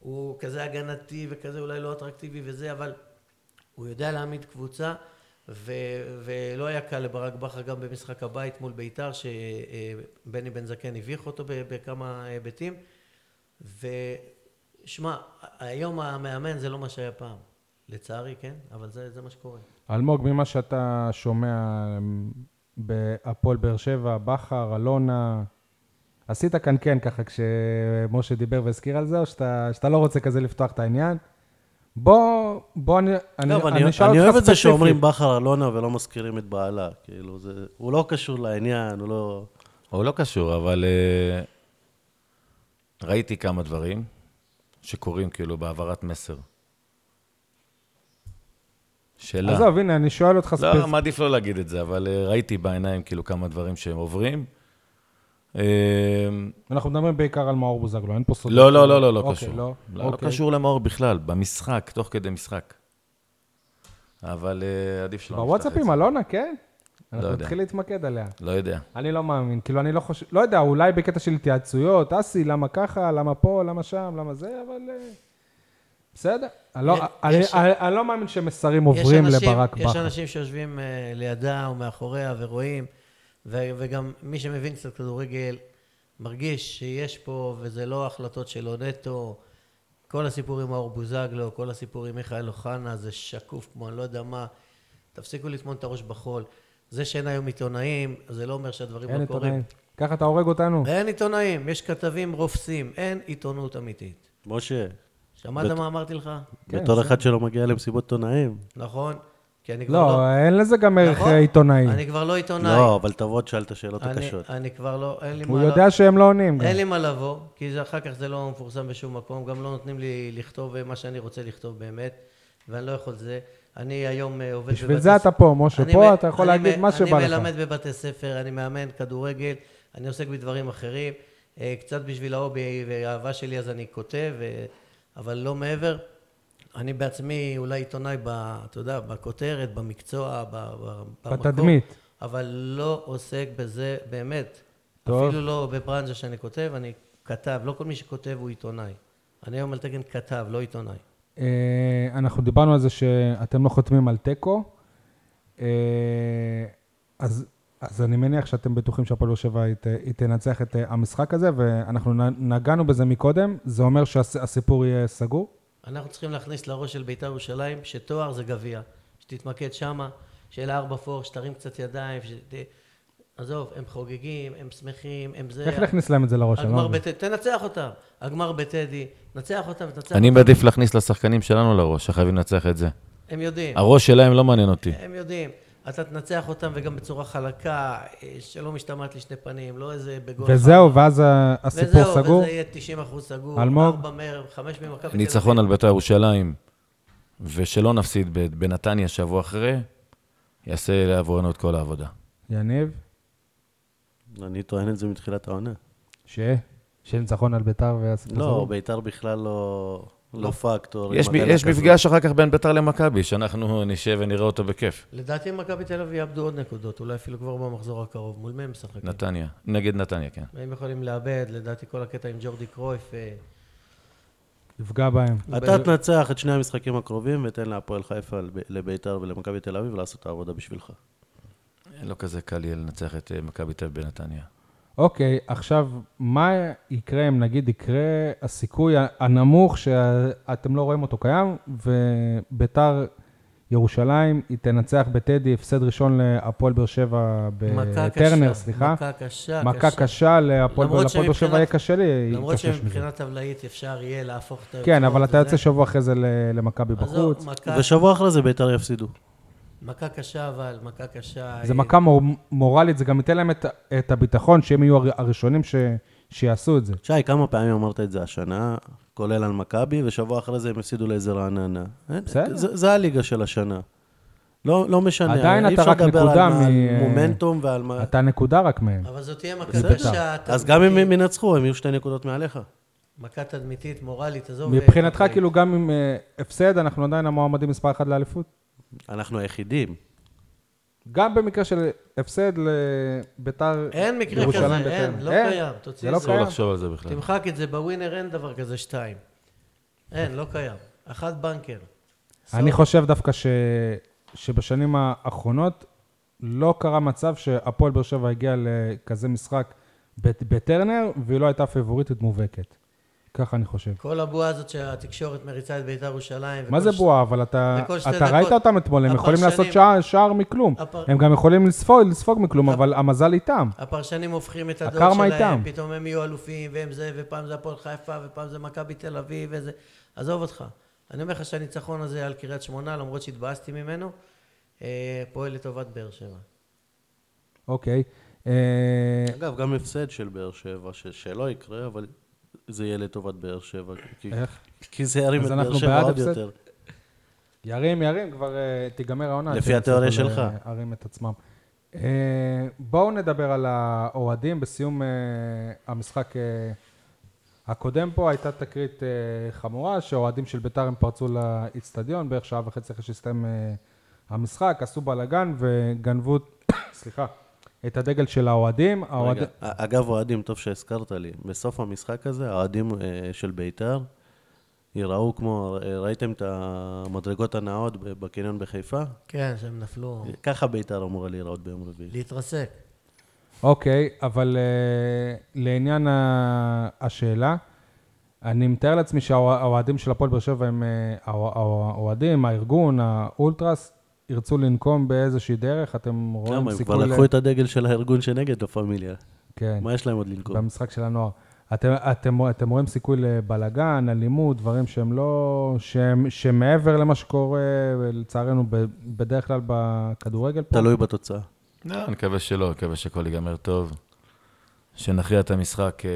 Speaker 2: הוא כזה הגנתי וכזה אולי לא אטרקטיבי וזה, אבל הוא יודע להעמיד קבוצה, ו- ולא היה קל לברק בכר גם במשחק הבית מול בית"ר, שבני בן זקן הביך אותו ב- בכמה היבטים. ושמע, היום המאמן זה לא מה שהיה פעם. לצערי, כן? אבל זה, זה מה שקורה.
Speaker 1: אלמוג, ממה שאתה שומע אמ, בהפועל באר שבע, בכר, אלונה, עשית כאן כן ככה כשמשה דיבר והזכיר על זה, או שאתה, שאתה לא רוצה כזה לפתוח את העניין? בוא, בוא, אני, אני,
Speaker 4: לא, אבל אני,
Speaker 1: אני אשאל
Speaker 4: אני
Speaker 1: אותך
Speaker 4: אוהב את זה
Speaker 1: ספציפית.
Speaker 4: שאומרים בכר אלונה ולא מזכירים את בעלה. כאילו, זה, הוא לא קשור לעניין, הוא לא...
Speaker 3: הוא לא קשור, אבל אה, ראיתי כמה דברים שקורים כאילו בהעברת מסר. שלה.
Speaker 1: עזוב, הנה, אני שואל אותך ספציפית.
Speaker 3: לא, מעדיף לא להגיד את זה, אבל אה, ראיתי בעיניים כאילו כמה דברים שהם עוברים. אה,
Speaker 1: אנחנו מדברים בעיקר על מאור בוזגלו, אין פה סודות.
Speaker 3: לא, לא, לא, לא, לא
Speaker 1: אוקיי,
Speaker 3: קשור.
Speaker 1: לא,
Speaker 3: לא
Speaker 1: אוקיי.
Speaker 3: קשור למאור בכלל, במשחק, תוך כדי משחק. אבל אה, עדיף שלא נפתח את
Speaker 1: בוואטסאפים,
Speaker 3: זה.
Speaker 1: אלונה, כן? אנחנו
Speaker 3: לא יודע.
Speaker 1: נתחיל להתמקד עליה.
Speaker 3: לא יודע.
Speaker 1: אני לא מאמין, כאילו, אני לא חושב, לא יודע, אולי בקטע של התייעצויות, אסי, למה ככה, למה פה, למה שם, למה זה, אבל... אה, בסדר. אני לא-
Speaker 2: יש-
Speaker 1: אני-
Speaker 2: יש-
Speaker 1: אני- אני לא מאמין שמסרים
Speaker 2: יש
Speaker 1: עוברים
Speaker 2: אנשים-
Speaker 1: לברק
Speaker 2: יש
Speaker 1: בכר.
Speaker 2: אנשים שיושבים אה, לידה או מאחוריה ורואים, ו- וגם מי שמבין קצת כדורגל מרגיש שיש פה, וזה לא החלטות שלו נטו. כל הסיפור עם מאור בוזגלו, כל הסיפור עם מיכאל אוחנה, זה שקוף כמו אני לא יודע מה. תפסיקו לטמון את הראש בחול. זה שאין היום עיתונאים, זה לא אומר שהדברים
Speaker 1: אין
Speaker 2: לא קורים.
Speaker 1: עיתונאים. ככה אתה הורג אותנו.
Speaker 2: אין עיתונאים, יש כתבים רופסים, אין עיתונות אמיתית.
Speaker 4: משה,
Speaker 2: שמעת מה אמרתי לך?
Speaker 1: כן,
Speaker 4: בתור
Speaker 1: בסדר.
Speaker 4: אחד שלא מגיע למסיבות עיתונאים.
Speaker 2: נכון? כי אני כבר לא...
Speaker 1: לא, אין לזה גם ערך
Speaker 2: נכון?
Speaker 1: אה, עיתונאי.
Speaker 2: אני כבר לא עיתונאי.
Speaker 4: לא, אבל תבוא, תשאל את השאלות
Speaker 2: אני-
Speaker 4: הקשות.
Speaker 2: אני כבר לא, אין לי
Speaker 1: הוא
Speaker 2: מה... לה-
Speaker 1: יודע שהם לא עונים. גם.
Speaker 2: אין לי מה לבוא, כי זה- אחר כך זה לא מפורסם בשום מקום, גם לא נותנים לי לכתוב אה, מה שאני רוצה לכתוב באמת, ואני לא יכול זה. אני היום אה, עובד
Speaker 1: בשביל
Speaker 2: בבתי
Speaker 1: זה אתה
Speaker 2: ספר-
Speaker 1: פה, משה.
Speaker 2: אני מ-
Speaker 1: פה אתה יכול
Speaker 2: אני
Speaker 1: להגיד
Speaker 2: מ-
Speaker 1: מה שבא
Speaker 2: אני
Speaker 1: לך.
Speaker 2: מלמד בבתי ספר, אני מאמן כדורגל, אני עוסק בדברים אחרים. אה, קצת בשביל ההובי והאהבה שלי אז אני כותב, אה, אבל לא מעבר. אני בעצמי אולי עיתונאי, ב- אתה יודע, בכותרת, במקצוע, ב- ב- במקום.
Speaker 1: בתדמית.
Speaker 2: אבל לא עוסק בזה באמת.
Speaker 1: טוב.
Speaker 2: טוב. אפילו לא בברנז'ה שאני כותב, אני כתב. לא כל מי שכותב הוא עיתונאי. אני היום על תקן כתב, לא עיתונאי.
Speaker 1: אה, אנחנו דיברנו על זה שאתם לא חותמים על תיקו, אה, אז, אז אני מניח שאתם בטוחים שהפועל באר שבע היא ת- היא תנצח את אה, המשחק הזה, ואנחנו נ- נגענו בזה מקודם, זה אומר שהסיפור יהיה סגור?
Speaker 2: אנחנו צריכים להכניס לראש של בית"ר ירושלים שתואר זה גביע. שתתמקד שמה, שיהיה לה ארבע פור, שתרים קצת ידיים, ש... ת- עזוב, הם חוגגים, הם שמחים, הם זה...
Speaker 1: איך להכניס להם את זה לראש? אני לא
Speaker 2: הגמר
Speaker 1: מבין.
Speaker 2: בטדי, תנצח אותם. הגמר בטדי, נצח אותם ותנצח
Speaker 3: אני
Speaker 2: אותם.
Speaker 3: מעדיף להכניס לשחקנים שלנו לראש, שחייבים לנצח את זה.
Speaker 2: הם יודעים.
Speaker 3: הראש שלהם לא מעניין אותי.
Speaker 2: הם יודעים. אתה תנצח אותם וגם בצורה חלקה, אה, שלא משתמעת לשני פנים, לא איזה בגול...
Speaker 1: וזהו, ואז ה- הסיפור
Speaker 2: וזהו,
Speaker 1: סגור?
Speaker 2: וזה יהיה 90 אחוז סגור.
Speaker 1: אלמוג?
Speaker 2: 4 מר, 5 ממכבי תל אביב.
Speaker 3: ניצחון על בית"ר ירושלים, ושלא נפסיד ב- בנתניה שבוע אחרי, יעשה לעבורנו את כל העבודה.
Speaker 1: יניב,
Speaker 4: אני טוען את זה מתחילת העונה.
Speaker 1: ש? שניצחון על ביתר והסיפור
Speaker 4: לא,
Speaker 1: סגור?
Speaker 4: ביתר בכלל לא... לא פקטור.
Speaker 3: יש
Speaker 4: עם
Speaker 3: מ-
Speaker 4: הגנה
Speaker 3: יש
Speaker 4: כזאת.
Speaker 3: מפגש אחר כך בין בית"ר למכבי, שאנחנו נשב ונראה אותו בכיף.
Speaker 2: לדעתי מכבי תל אביב יאבדו עוד נקודות, אולי אפילו כבר במחזור הקרוב. מול מי הם משחקים?
Speaker 3: נתניה, נגד נתניה, כן.
Speaker 2: הם יכולים לאבד, לדעתי כל הקטע עם ג'ורדי קרויף. אה,
Speaker 1: יפגע בהם.
Speaker 4: אתה תנצח את שני המשחקים הקרובים ותן להפועל חיפה לב- לביתר ולמכבי תל אביב לעשות את העבודה בשבילך.
Speaker 3: לא כזה קל יהיה לנצח את אה, מכבי תל אביב בנתניה.
Speaker 1: אוקיי, עכשיו, מה יקרה אם נגיד יקרה הסיכוי הנמוך שאתם לא רואים אותו קיים, וביתר ירושלים היא תנצח בטדי הפסד ראשון להפועל באר שבע
Speaker 2: מכה
Speaker 1: בטרנר,
Speaker 2: קשה,
Speaker 1: סליחה.
Speaker 2: מכה קשה,
Speaker 1: מכה קשה להפועל
Speaker 2: למרות
Speaker 1: להפועל באר שבע יהיה
Speaker 2: שמבחינת-
Speaker 1: קשה לי.
Speaker 2: למרות
Speaker 1: להתאושש מזה.
Speaker 2: שמבחינה טבלאית אפשר יהיה להפוך את היוצרות.
Speaker 1: כן, אבל אתה
Speaker 2: וזה.
Speaker 1: יוצא שבוע אחרי זה ל- למכבי
Speaker 2: עזוב,
Speaker 1: בחוץ.
Speaker 2: מכה-
Speaker 4: ושבוע אחרי זה ביתר יפסידו.
Speaker 2: מכה קשה אבל, מכה קשה.
Speaker 1: זה
Speaker 2: אה,
Speaker 1: מכה מור- מורלית, זה גם ייתן להם את- את הביטחון שהם יהיו הר- הראשונים ש- שיעשו את זה.
Speaker 4: שי, כמה פעמים אמרת את זה השנה, כולל על מכבי, ושבוע אחרי זה הם הפסידו לאיזה רעננה. אין-
Speaker 1: בסדר.
Speaker 4: זה זה הליגה של השנה. לא לא משנה,
Speaker 1: עדיין
Speaker 4: אי
Speaker 1: אתה
Speaker 4: אפשר
Speaker 1: רק
Speaker 4: לדבר על
Speaker 1: נקודה
Speaker 4: מה- על
Speaker 1: מ-
Speaker 4: מומנטום ועל מה...
Speaker 1: אתה נקודה רק מהם.
Speaker 2: אבל זאת תהיה מכה
Speaker 1: בסדר.
Speaker 2: קשה.
Speaker 4: אז גם אם
Speaker 2: תדמיתית.
Speaker 4: הם ינצחו, הם יהיו שתי נקודות מעליך.
Speaker 2: מכה תדמיתית, מורלית, עזוב. אה,
Speaker 1: מבחינתך,
Speaker 2: טבלאית.
Speaker 1: כאילו, גם עם אה, הפסד, אנחנו עדיין המועמדים מספר אחת לאליפות?
Speaker 4: אנחנו היחידים.
Speaker 1: גם במקרה של הפסד לביתר
Speaker 2: אין מקרה
Speaker 1: ירושלים
Speaker 2: כזה,
Speaker 1: בטרנר.
Speaker 2: אין, לא
Speaker 1: אין,
Speaker 2: קיים, תוציא
Speaker 1: זה לא
Speaker 2: את זה.
Speaker 3: אסור
Speaker 1: קיים.
Speaker 3: לחשוב על זה בכלל.
Speaker 2: תמחק את זה, בווינר אין דבר כזה שתיים. אין, לא קיים. אחת בנקר.
Speaker 1: אני חושב דווקא ש... שבשנים האחרונות לא קרה מצב שהפועל באר שבע הגיע לכזה משחק בט- בטרנר, והיא לא הייתה פיבוריטית מובהקת. ככה אני חושב.
Speaker 2: כל הבועה הזאת שהתקשורת מריצה את בית"ר ירושלים.
Speaker 1: מה
Speaker 2: וכל
Speaker 1: זה
Speaker 2: ש-
Speaker 1: בועה? אבל אתה,
Speaker 2: וכל שתי
Speaker 1: אתה ראית
Speaker 2: דקות-
Speaker 1: אותם אתמול, הם יכולים
Speaker 2: הפרשנים-
Speaker 1: לעשות שער, שער מכלום.
Speaker 2: הפר-
Speaker 1: הם גם יכולים לספוג, לספוג מכלום, אבל המזל איתם.
Speaker 2: הפרשנים הופכים את הדור
Speaker 1: הקרמה
Speaker 2: שלהם,
Speaker 1: איתם.
Speaker 2: פתאום הם יהיו אלופים, והם זה, ופעם זה הפועל חיפה, ופעם זה מכבי תל אביב, וזה... עזוב אותך. אני אומר לך שהניצחון הזה על קריית שמונה, למרות שהתבאסתי ממנו, אה, פועל לטובת באר שבע.
Speaker 1: אוקיי. אה,
Speaker 4: אגב, גם הפסד של באר שבע, ש- שלא יקרה, אבל זה יהיה לטובת באר שבע. כי-
Speaker 1: איך?
Speaker 4: כי זה ירים
Speaker 1: אז
Speaker 4: את באר
Speaker 1: אנחנו
Speaker 4: שבע
Speaker 1: בעד
Speaker 4: עוד
Speaker 1: הפסד?
Speaker 4: יותר.
Speaker 1: ירים, ירים, כבר אה, תיגמר העונה. שהם
Speaker 4: לפי
Speaker 1: יצליחו
Speaker 4: התיאוריה שלך.
Speaker 1: להרים את עצמם. אה, בואו נדבר על האוהדים. בסיום אה, המשחק אה, הקודם פה הייתה תקרית אה, חמורה, שהאוהדים של ביתר הם פרצו לאיצטדיון, בערך שעה וחצי אחרי שהסתיים אה, המשחק, עשו בלאגן וגנבו, [COUGHS] סליחה, את הדגל של האוהדים. האוהד-
Speaker 4: רגע, א- אגב, אוהדים, טוב שהזכרת לי. בסוף המשחק הזה, האוהדים אה, של ביתר יראו כמו, אה, ראיתם את המדרגות הנאות ב- בקניון בחיפה?
Speaker 2: כן, שהם נפלו,
Speaker 4: ככה ביתר אמורה להיראות ביום רביעי.
Speaker 2: להתרסק.
Speaker 1: אוקיי, אבל אה, לעניין ה- השאלה, אני מתאר לעצמי שהאוהדים של הפועל באר שבע הם אה, האוה- האוהדים, הארגון, האולטרס, ירצו לנקום באיזושהי דרך, אתם רואים
Speaker 4: למה, הם כבר
Speaker 1: סיכוי... ל-
Speaker 4: לקחו את הדגל של הארגון שנגד לה פמיליה.
Speaker 1: כן,
Speaker 4: מה יש להם עוד לנקום?
Speaker 1: במשחק של הנוער. אתם, אתם, אתם רואים סיכוי לבלגן, אלימות, דברים שהם לא... שהם, שמעבר למה שקורה, לצערנו, ב- בדרך כלל בכדורגל פה.
Speaker 4: תלוי בתוצאה.
Speaker 3: לא, נקווה שלא, נקווה שהכל ייגמר טוב. שנכריע את המשחק. אה,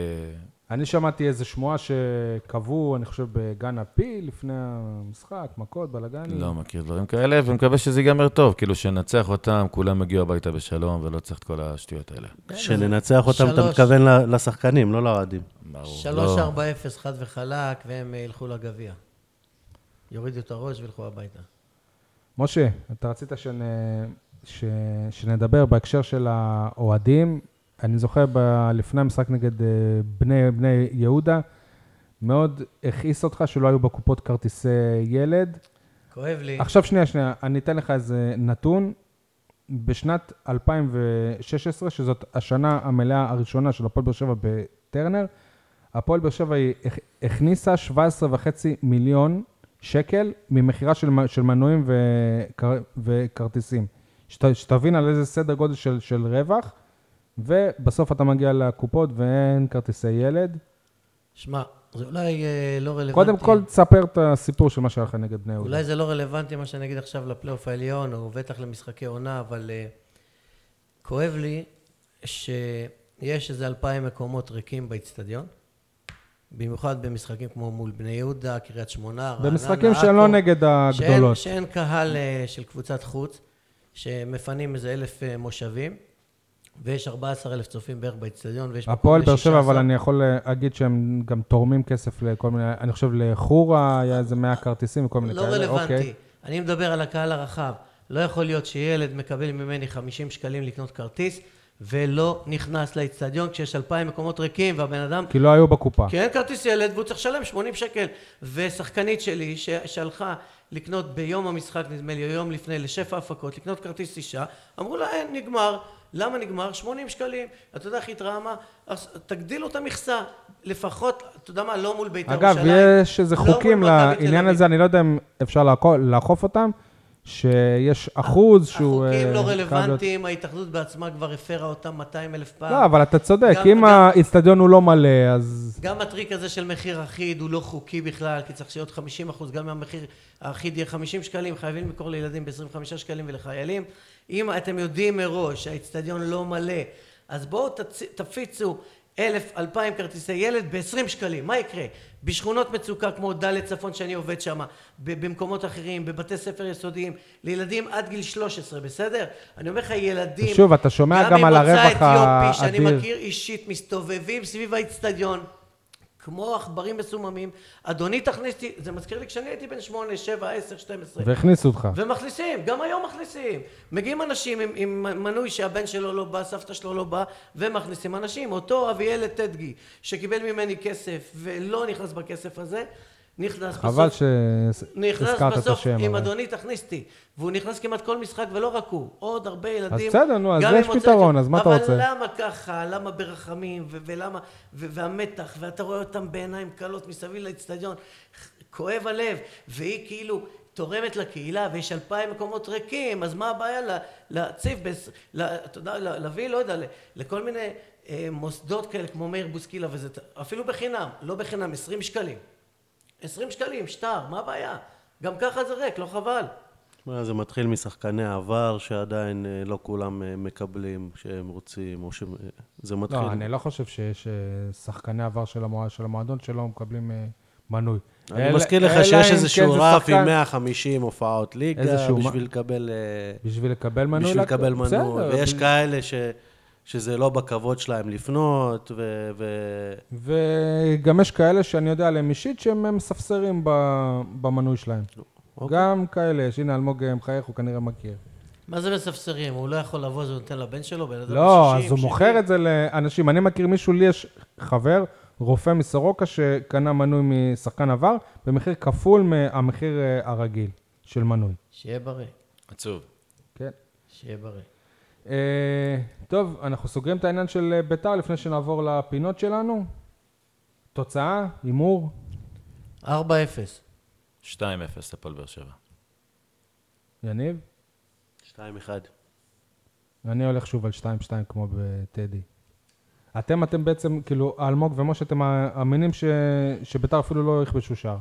Speaker 1: אני שמעתי איזה שמועה שקבעו, אני חושב, בגן הפי לפני המשחק, מכות, בלאגנים.
Speaker 3: לא מכיר דברים כאלה, ומקווה שזה ייגמר טוב. כאילו, שננצח אותם, כולם יגיעו הביתה בשלום, ולא צריך את כל השטויות האלה.
Speaker 4: כשננצח אותם, אתה
Speaker 2: שלוש.
Speaker 4: מתכוון ל- לשחקנים, לא לאוהדים.
Speaker 3: ברור. לא.
Speaker 2: 3-4-0, חד וחלק, והם אה, ילכו לגביע. יורידו את הראש וילכו הביתה.
Speaker 1: משה, אתה רצית שנ... ש... שנדבר בהקשר של האוהדים. אני זוכר ב... לפני המשחק נגד אה, בני, בני יהודה, מאוד הכעיס אותך שלא היו בקופות כרטיסי ילד.
Speaker 2: כואב לי.
Speaker 1: עכשיו שנייה, שנייה, אני אתן לך איזה נתון. בשנת 2016, שזאת השנה המלאה הראשונה של הפועל באר שבע בטרנר, הפועל באר שבע היא הכ- הכניסה 17.5 מיליון שקל ממכירה של, מ- של מנויים וכר, וכרטיסים. שת, שתבין על איזה סדר גודל של, של רווח, ובסוף אתה מגיע לקופות ואין כרטיסי ילד.
Speaker 2: שמע, זה אולי אה, לא רלוונטי.
Speaker 1: קודם כל, תספר את הסיפור של מה שהיה לך נגד בני יהודה.
Speaker 2: אולי זה לא רלוונטי מה שאני אגיד עכשיו לפלייאוף העליון, או בטח למשחקי עונה, אבל אה, כואב לי שיש איזה אלפיים מקומות ריקים באיצטדיון, במיוחד במשחקים כמו מול בני יהודה, קריית שמונה, רעננה,
Speaker 1: במשחקים שהם לא
Speaker 2: עכו,
Speaker 1: נגד
Speaker 2: שאין-
Speaker 1: הגדולות.
Speaker 2: שאין קהל אה, של קבוצת חוץ, שמפנים איזה אלף אה, מושבים, ויש 14 אלף צופים בערך באיצטדיון, ויש... מקום
Speaker 1: הפועל באר שבע, אבל
Speaker 2: 16.
Speaker 1: אני יכול להגיד שהם גם תורמים כסף לכל מיני, אני חושב לחורה היה איזה 100 כרטיסים וכל מיני
Speaker 2: לא
Speaker 1: כאלה.
Speaker 2: רלוונטי.
Speaker 1: אוקיי.
Speaker 2: אני מדבר על הקהל הרחב. לא יכול להיות שילד מקבל ממני 50 שקלים לקנות כרטיס, ולא נכנס לאצטדיון כשיש 2,000 מקומות ריקים, והבן אדם...
Speaker 1: כי לא היו בקופה.
Speaker 2: כי אין כן, כרטיס ילד והוא צריך לשלם 80 שקל. ושחקנית שלי ש- שהלכה לקנות ביום המשחק, נדמה לי, או יום לפני, לשפע הפקות, לקנות כרטיס אישה, אמרו לה, אין, נגמר. למה נגמר? 80 שקלים. אתה יודע איך היא התרעמה? אז תגדילו את המכסה. לפחות, אתה יודע מה, לא מול בית"ר
Speaker 1: אגב,
Speaker 2: ירושלים.
Speaker 1: יש איזה
Speaker 2: לא מול
Speaker 1: חוקים
Speaker 2: מכבי תל
Speaker 1: לעניין
Speaker 2: אביב.
Speaker 1: הזה, אני לא יודע אם אפשר לעקו- לאכוף אותם, שיש אחוז שהוא...
Speaker 2: החוקים
Speaker 1: אה,
Speaker 2: לא
Speaker 1: חייב להיות-
Speaker 2: רלוונטיים, ההתאחדות בעצמה כבר הפרה אותם 200 אלף פעם.
Speaker 1: לא, אבל אתה צודק,
Speaker 2: גם-
Speaker 1: אם
Speaker 2: גם-
Speaker 1: האיצטדיון הוא לא מלא, אז...
Speaker 2: גם הטריק הזה של מחיר אחיד הוא לא חוקי בכלל, כי צריך להיות 50 אחוז, גם אם המחיר האחיד יהיה 50 שקלים, חייבים למכור לילדים ב-25 שקלים ולחיילים. אם אתם יודעים מראש שהאיצטדיון לא מלא, אז בואו תצ... תפיצו אלף, אלפיים כרטיסי ילד ב-20 שקלים, מה יקרה? בשכונות מצוקה כמו ד' צפון שאני עובד שם, ב- במקומות אחרים, בבתי ספר יסודיים, לילדים עד גיל 13, בסדר? אני אומר לך, ילדים...
Speaker 1: ושוב, אתה שומע גם על
Speaker 2: ממוצא
Speaker 1: הרווח
Speaker 2: אתיופי, שאני
Speaker 1: האדיר.
Speaker 2: מכיר אישית, מסתובבים סביב האיצטדיון, כמו עכברים מסוממים. אדוני תכניס אותי, זה מזכיר לי כשאני הייתי בן 8, 7, 10, 12.
Speaker 1: והכניסו אותך.
Speaker 2: ומכניסים, גם היום מכניסים. מגיעים אנשים עם, עם מנוי שהבן שלו לא בא, סבתא שלו לא בא, ומכניסים אנשים. אותו אביאל טדגי, שקיבל ממני כסף ולא נכנס בכסף הזה, נכנס
Speaker 1: חבל
Speaker 2: בסוף נכנס
Speaker 1: שהזכרת את
Speaker 2: בסוף
Speaker 1: השם.
Speaker 2: עם
Speaker 1: אבל-
Speaker 2: אדוני תכניס אותי, והוא נכנס כמעט כל משחק ולא רק הוא, עוד הרבה ילדים.
Speaker 1: בסדר, נו, אז
Speaker 2: גם
Speaker 1: יש
Speaker 2: עם מוצאי
Speaker 1: פתרון,
Speaker 2: אתיופיה.
Speaker 1: אז מה אתה רוצה?
Speaker 2: אבל למה ככה, למה ברחמים, ו- ולמה, ו- והמתח, ואתה רואה אותם בעיניים כלות מסביב לאצטדיון, כואב הלב, והיא כאילו תורמת לקהילה, ויש אלפיים מקומות ריקים, אז מה הבעיה לה- להציב, בס- לה- אתה יודע, לה- להביא, לא יודע, ל- לכל מיני אה, מוסדות כאלה, כמו מאיר בוסקילה וזה, אפילו בחינם, לא בחינם, 20 שקלים. 20 שקלים, שטר, מה הבעיה? גם ככה זה ריק, לא חבל.
Speaker 4: תשמע, זה מתחיל משחקני העבר שעדיין אה, לא כולם אה, מקבלים כשהם רוצים, או ש... זה מתחיל...
Speaker 1: לא, אני לא חושב שיש אה, שחקני עבר של המוע- של המועדון שלא מקבלים אה, מנוי.
Speaker 4: אני
Speaker 1: אלא-
Speaker 4: מזכיר לך
Speaker 1: אלא
Speaker 4: שיש
Speaker 1: אם כן
Speaker 4: איזשהו
Speaker 1: זה
Speaker 4: רף
Speaker 1: שחקן-
Speaker 4: עם 150 הופעות ליגה
Speaker 1: איזשהו מה-
Speaker 4: בשביל לקבל... אה,
Speaker 1: בשביל לקבל מנוי?
Speaker 4: בשביל
Speaker 1: לק-
Speaker 4: לקבל מנוי,
Speaker 1: בסדר,
Speaker 4: ויש
Speaker 1: ב-
Speaker 4: כאלה ש, שזה לא בכבוד שלהם לפנות, ו... ו...
Speaker 1: וגם יש כאלה שאני יודע עליהם אישית שהם אה, מספסרים ב- במנוי שלהם.
Speaker 4: אוקיי.
Speaker 1: גם כאלה יש, הנה אלמוג אה, מחייך, הוא כנראה מכיר.
Speaker 2: מה זה מספסרים? הוא לא יכול לבוא, אז הוא נותן לבן שלו, בן אדם
Speaker 1: לא,
Speaker 2: בן
Speaker 1: אז הוא
Speaker 2: 60,
Speaker 1: מוכר את זה לאנשים. אני מכיר מישהו, לי יש חבר, רופא מסורוקה, שקנה מנוי משחקן עבר, במחיר כפול מהמחיר אה, הרגיל של מנוי.
Speaker 2: שיהיה בריא,
Speaker 3: עצוב.
Speaker 1: כן.
Speaker 2: שיהיה בריא.
Speaker 1: אה, טוב, אנחנו סוגרים את העניין של אה, ביתר לפני שנעבור לפינות שלנו. תוצאה, הימור,
Speaker 2: 4-0.
Speaker 3: 2-0 הפועל באר שבע.
Speaker 1: יניב.
Speaker 4: 2-1.
Speaker 1: אני הולך שוב על 2-2 כמו בטדי. אתם, אתם בעצם, כאילו, אלמוג ומשה, אתם מאמינים ש... שביתר אפילו לא יכבשו שער,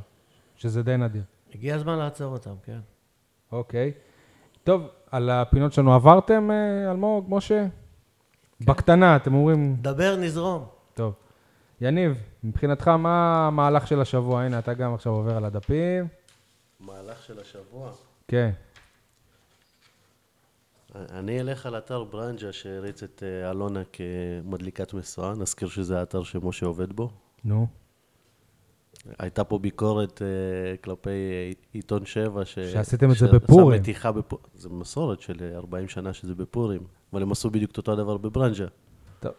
Speaker 1: שזה די נדיר.
Speaker 2: הגיע הזמן לעצור אותם, כן.
Speaker 1: אוקיי. טוב, על הפינות שלנו עברתם, אה, אלמוג, משה? בקטנה, אתם אומרים,
Speaker 2: דבר, נזרום.
Speaker 1: טוב. יניב, מבחינתך, מה המהלך של השבוע? הנה, אתה גם עכשיו עובר על הדפים.
Speaker 4: מהלך של השבוע.
Speaker 1: כן.
Speaker 4: אה, אני אלך על אתר ברנג'ה שהריץ את אה, אלונה כמדליקת משואה, נזכיר שזה האתר שמשה עובד בו.
Speaker 1: נו.
Speaker 4: הייתה פה ביקורת אה, כלפי אה, עיתון שבע. ש...
Speaker 1: שעשיתם את זה
Speaker 4: שעשה
Speaker 1: בפורים.
Speaker 4: מתיחה בפורים. זה מסורת של אה, 40 שנה שזה בפורים, אבל הם עשו בדיוק את אותו הדבר בברנג'ה.
Speaker 1: טוב.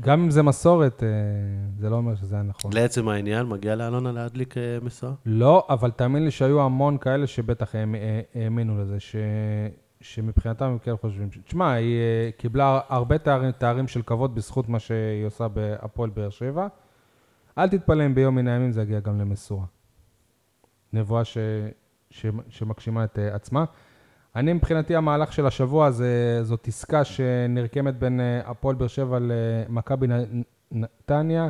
Speaker 1: גם אם זה מסורת, אה, זה לא אומר שזה היה נכון.
Speaker 4: לעצם העניין, מגיע לאלונה להדליק אה, משואה?
Speaker 1: לא, אבל תאמין לי שהיו המון כאלה שבטח האמ- אה, האמינו לזה, ש... שמבחינתם הם כן חושבים. ש- תשמע, היא אה, קיבלה הרבה תארים, תארים של כבוד בזכות מה שהיא עושה בהפועל באר שבע. אל תתפלא אם ביום מן הימים זה יגיע גם למשואה. נבואה ש... ש... שמגשימה את אה, עצמה. אני מבחינתי המהלך של השבוע זה, זאת עסקה שנרקמת בין אה, הפועל באר שבע למכבי נ- נתניה,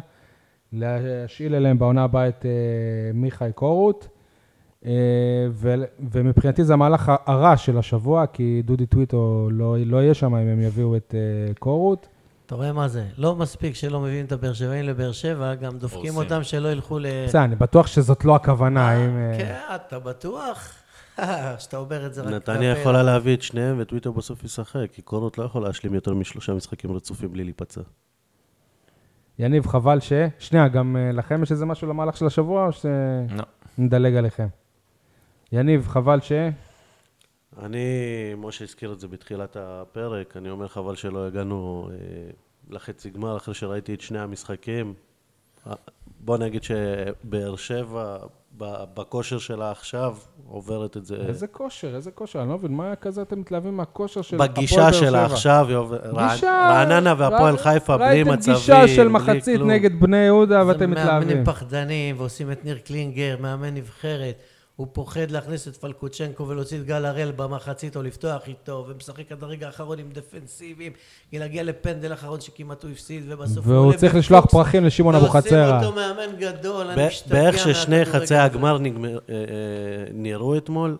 Speaker 1: להשאיל אליהם בעונה הבאה את אה, מיכאי קורות, אה, ו, ומבחינתי זה המהלך ה- הרע של השבוע, כי דודי טוויטו לא, לא יהיה שם אם הם יביאו את אה, קורות.
Speaker 2: אתה רואה מה זה? לא מספיק שלא מביאים את הבאר שבעים לבאר שבע, גם דופקים
Speaker 3: הורסים.
Speaker 2: אותם שלא ילכו ל...
Speaker 1: בסדר, אני בטוח שזאת לא הכוונה, אם... אה,
Speaker 2: כן, אתה בטוח? [LAUGHS] שאתה אומר את זה רק...
Speaker 4: נתניה
Speaker 2: כלפי-
Speaker 4: יכולה להביא את שניהם וטוויטר בסוף ישחק, כי קורות לא יכול להשלים יותר משלושה משחקים רצופים בלי להיפצע.
Speaker 1: יניב, חבל ש... שנייה, גם אה, לכם יש איזה משהו למהלך של השבוע, או
Speaker 3: לא.
Speaker 1: שנדלג עליכם? יניב, חבל ש...
Speaker 4: אה. אני, משה הזכיר את זה בתחילת הפרק, אני אומר חבל שלא הגענו אה, לחצי גמר אחרי שראיתי את שני המשחקים. אה, בוא נגיד שבאר שבע, ב- בכושר שלה עכשיו, עוברת את זה. אה,
Speaker 1: איזה כושר, איזה כושר, אני לא מבין, מה כזה אתם מתלהבים מהכושר של הפועל באר שבע?
Speaker 4: בגישה שלה עכשיו, היא עוברת-
Speaker 1: גישה-
Speaker 4: רעננה והפועל
Speaker 1: רא-
Speaker 4: חיפה בלי מצבים,
Speaker 1: ראיתם גישה של
Speaker 4: בלי
Speaker 1: מחצית
Speaker 4: כלום.
Speaker 1: נגד בני יהודה
Speaker 2: זה
Speaker 1: ואתם מתלהבים.
Speaker 2: מאמנים פחדנים, ועושים את ניר קלינגר, מאמן נבחרת. הוא פוחד להכניס את פלקוצ'נקו ולהוציא את גל הראל במחצית או לפתוח איתו, ומשחק עד הרגע האחרון עם דפנסיבים, כי להגיע לפנדל אחרון שכמעט הוא הפסיד, ובסוף הוא
Speaker 1: והוא
Speaker 2: עולה
Speaker 1: צריך
Speaker 2: בפוקס,
Speaker 1: לשלוח פרחים לשמעון
Speaker 4: לא
Speaker 1: אבוחצירא.
Speaker 2: ועושים אותו מאמן גדול, אני
Speaker 4: ב-
Speaker 2: משתגע
Speaker 4: באיך ששני
Speaker 2: מהכדורגל
Speaker 4: חצי
Speaker 2: הזה.
Speaker 4: הגמר נגמר- אה, אה, נראו אתמול,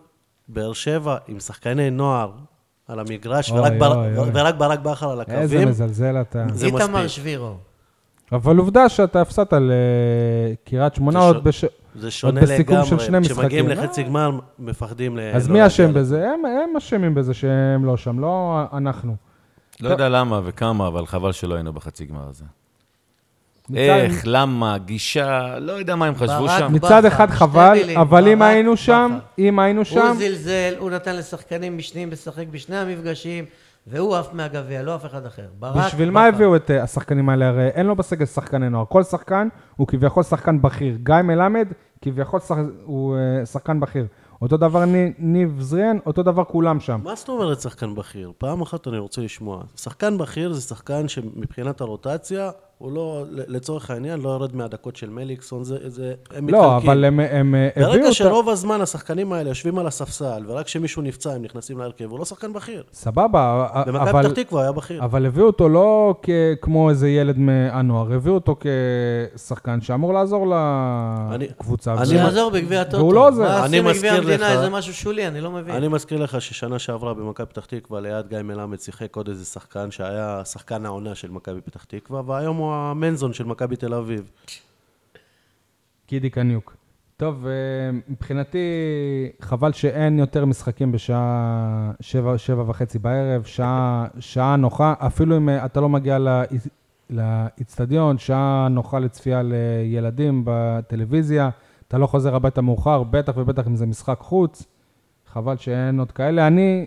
Speaker 4: באר שבע עם שחקני נוער על המגרש,
Speaker 1: אוי,
Speaker 4: ורק בר-
Speaker 1: אוי, אוי.
Speaker 4: ורק ברק בכר על
Speaker 1: איזה
Speaker 4: הקווים,
Speaker 1: מזלזל אתה.
Speaker 4: זה
Speaker 2: איתמר
Speaker 4: מספיק.
Speaker 2: שבירו.
Speaker 1: אבל עובדה שאתה הפסדת לקריית שמונה
Speaker 4: זה
Speaker 1: עוד
Speaker 4: ש-
Speaker 1: בש...
Speaker 4: זה שונה
Speaker 1: בסיכום של שני
Speaker 4: לגמרי. כשמגיעים
Speaker 1: משחקים.
Speaker 4: לחצי גמר, מפחדים ל...
Speaker 1: אז
Speaker 4: לא
Speaker 1: מי
Speaker 4: להגיע
Speaker 1: אשם
Speaker 4: ל-
Speaker 1: בזה? הם- הם אשמים בזה שהם לא שם, לא אנחנו.
Speaker 3: לא יודע למה וכמה, אבל חבל שלא היינו בחצי גמר הזה.
Speaker 1: ניצן-
Speaker 3: איך, למה, גישה, לא יודע מה הם חשבו
Speaker 2: ברק
Speaker 3: שם.
Speaker 2: מ-
Speaker 1: מצד
Speaker 2: בכר,
Speaker 1: אחד
Speaker 2: שתי
Speaker 1: חבל,
Speaker 2: מילים,
Speaker 1: אבל אם
Speaker 2: ברק
Speaker 1: היינו שם,
Speaker 2: בכר.
Speaker 1: אם היינו שם,
Speaker 2: הוא זלזל, הוא נתן לשחקנים משניים לשחק בשני המפגשים, והוא עף מהגביע, לא אף אחד אחר. ברק
Speaker 1: בשביל מה
Speaker 2: בכר.
Speaker 1: הביאו את אה, השחקנים האלה? הרי אין לו בסגל שחקני נוער. כל שחקן הוא כביכול שחקן בכיר. גיא מלמד, כביכול שח- הוא אה, שחקן בכיר. אותו דבר ני- ניב זריאן, אותו דבר כולם שם.
Speaker 4: מה זאת אומרת שחקן בכיר? פעם אחת אני רוצה לשמוע. שחקן בכיר זה שחקן שמבחינת הרוטציה, הוא לא, לצורך העניין, לא יורד מהדקות של מליקסון, זה... זה- הם
Speaker 1: לא,
Speaker 4: מתחלקים.
Speaker 1: אבל הם- הם אה, הביאו
Speaker 4: ברגע
Speaker 1: אותו.
Speaker 4: שרוב הזמן השחקנים האלה יושבים על הספסל, ורק כשמישהו נפצע הם נכנסים להרכב, הוא לא שחקן בכיר.
Speaker 1: סבבה, א-
Speaker 4: במכבי
Speaker 1: אבל...
Speaker 4: פתח תקווה היה בכיר.
Speaker 1: אבל הביאו אותו לא כ- כמו איזה ילד מהנוער, הביאו אותו כשחקן שאמור לעזור
Speaker 4: אני-
Speaker 1: לקבוצה.
Speaker 4: אני-
Speaker 1: וזה-
Speaker 4: מה-
Speaker 2: שיעזור בגביע הטוטו.
Speaker 1: והוא לא עוזר.
Speaker 2: מה
Speaker 4: אני
Speaker 2: עושים בגביע
Speaker 4: מזכיר
Speaker 2: המדינה?
Speaker 4: לך-
Speaker 2: זה משהו שולי, אני לא מבין.
Speaker 4: אני מזכיר לך ששנה שעברה במכבי פתח תקווה, ליד גיא מלמד שיחק עוד איזה שחקן שהיה שחקן העונה של מכבי פתח תקווה, והיום הוא המנזון של מכבי תל אביב.
Speaker 1: קידי קניוק. טוב, אה, מבחינתי, חבל שאין יותר משחקים בשעה שבע, שבע וחצי בערב, שעה, שעה נוחה, אפילו אם אה, אתה לא מגיע לאיצ- לאיצטדיון, שעה נוחה לצפייה לילדים בטלוויזיה, אתה לא חוזר הביתה מאוחר, בטח ובטח אם זה משחק חוץ, חבל שאין עוד כאלה. אני,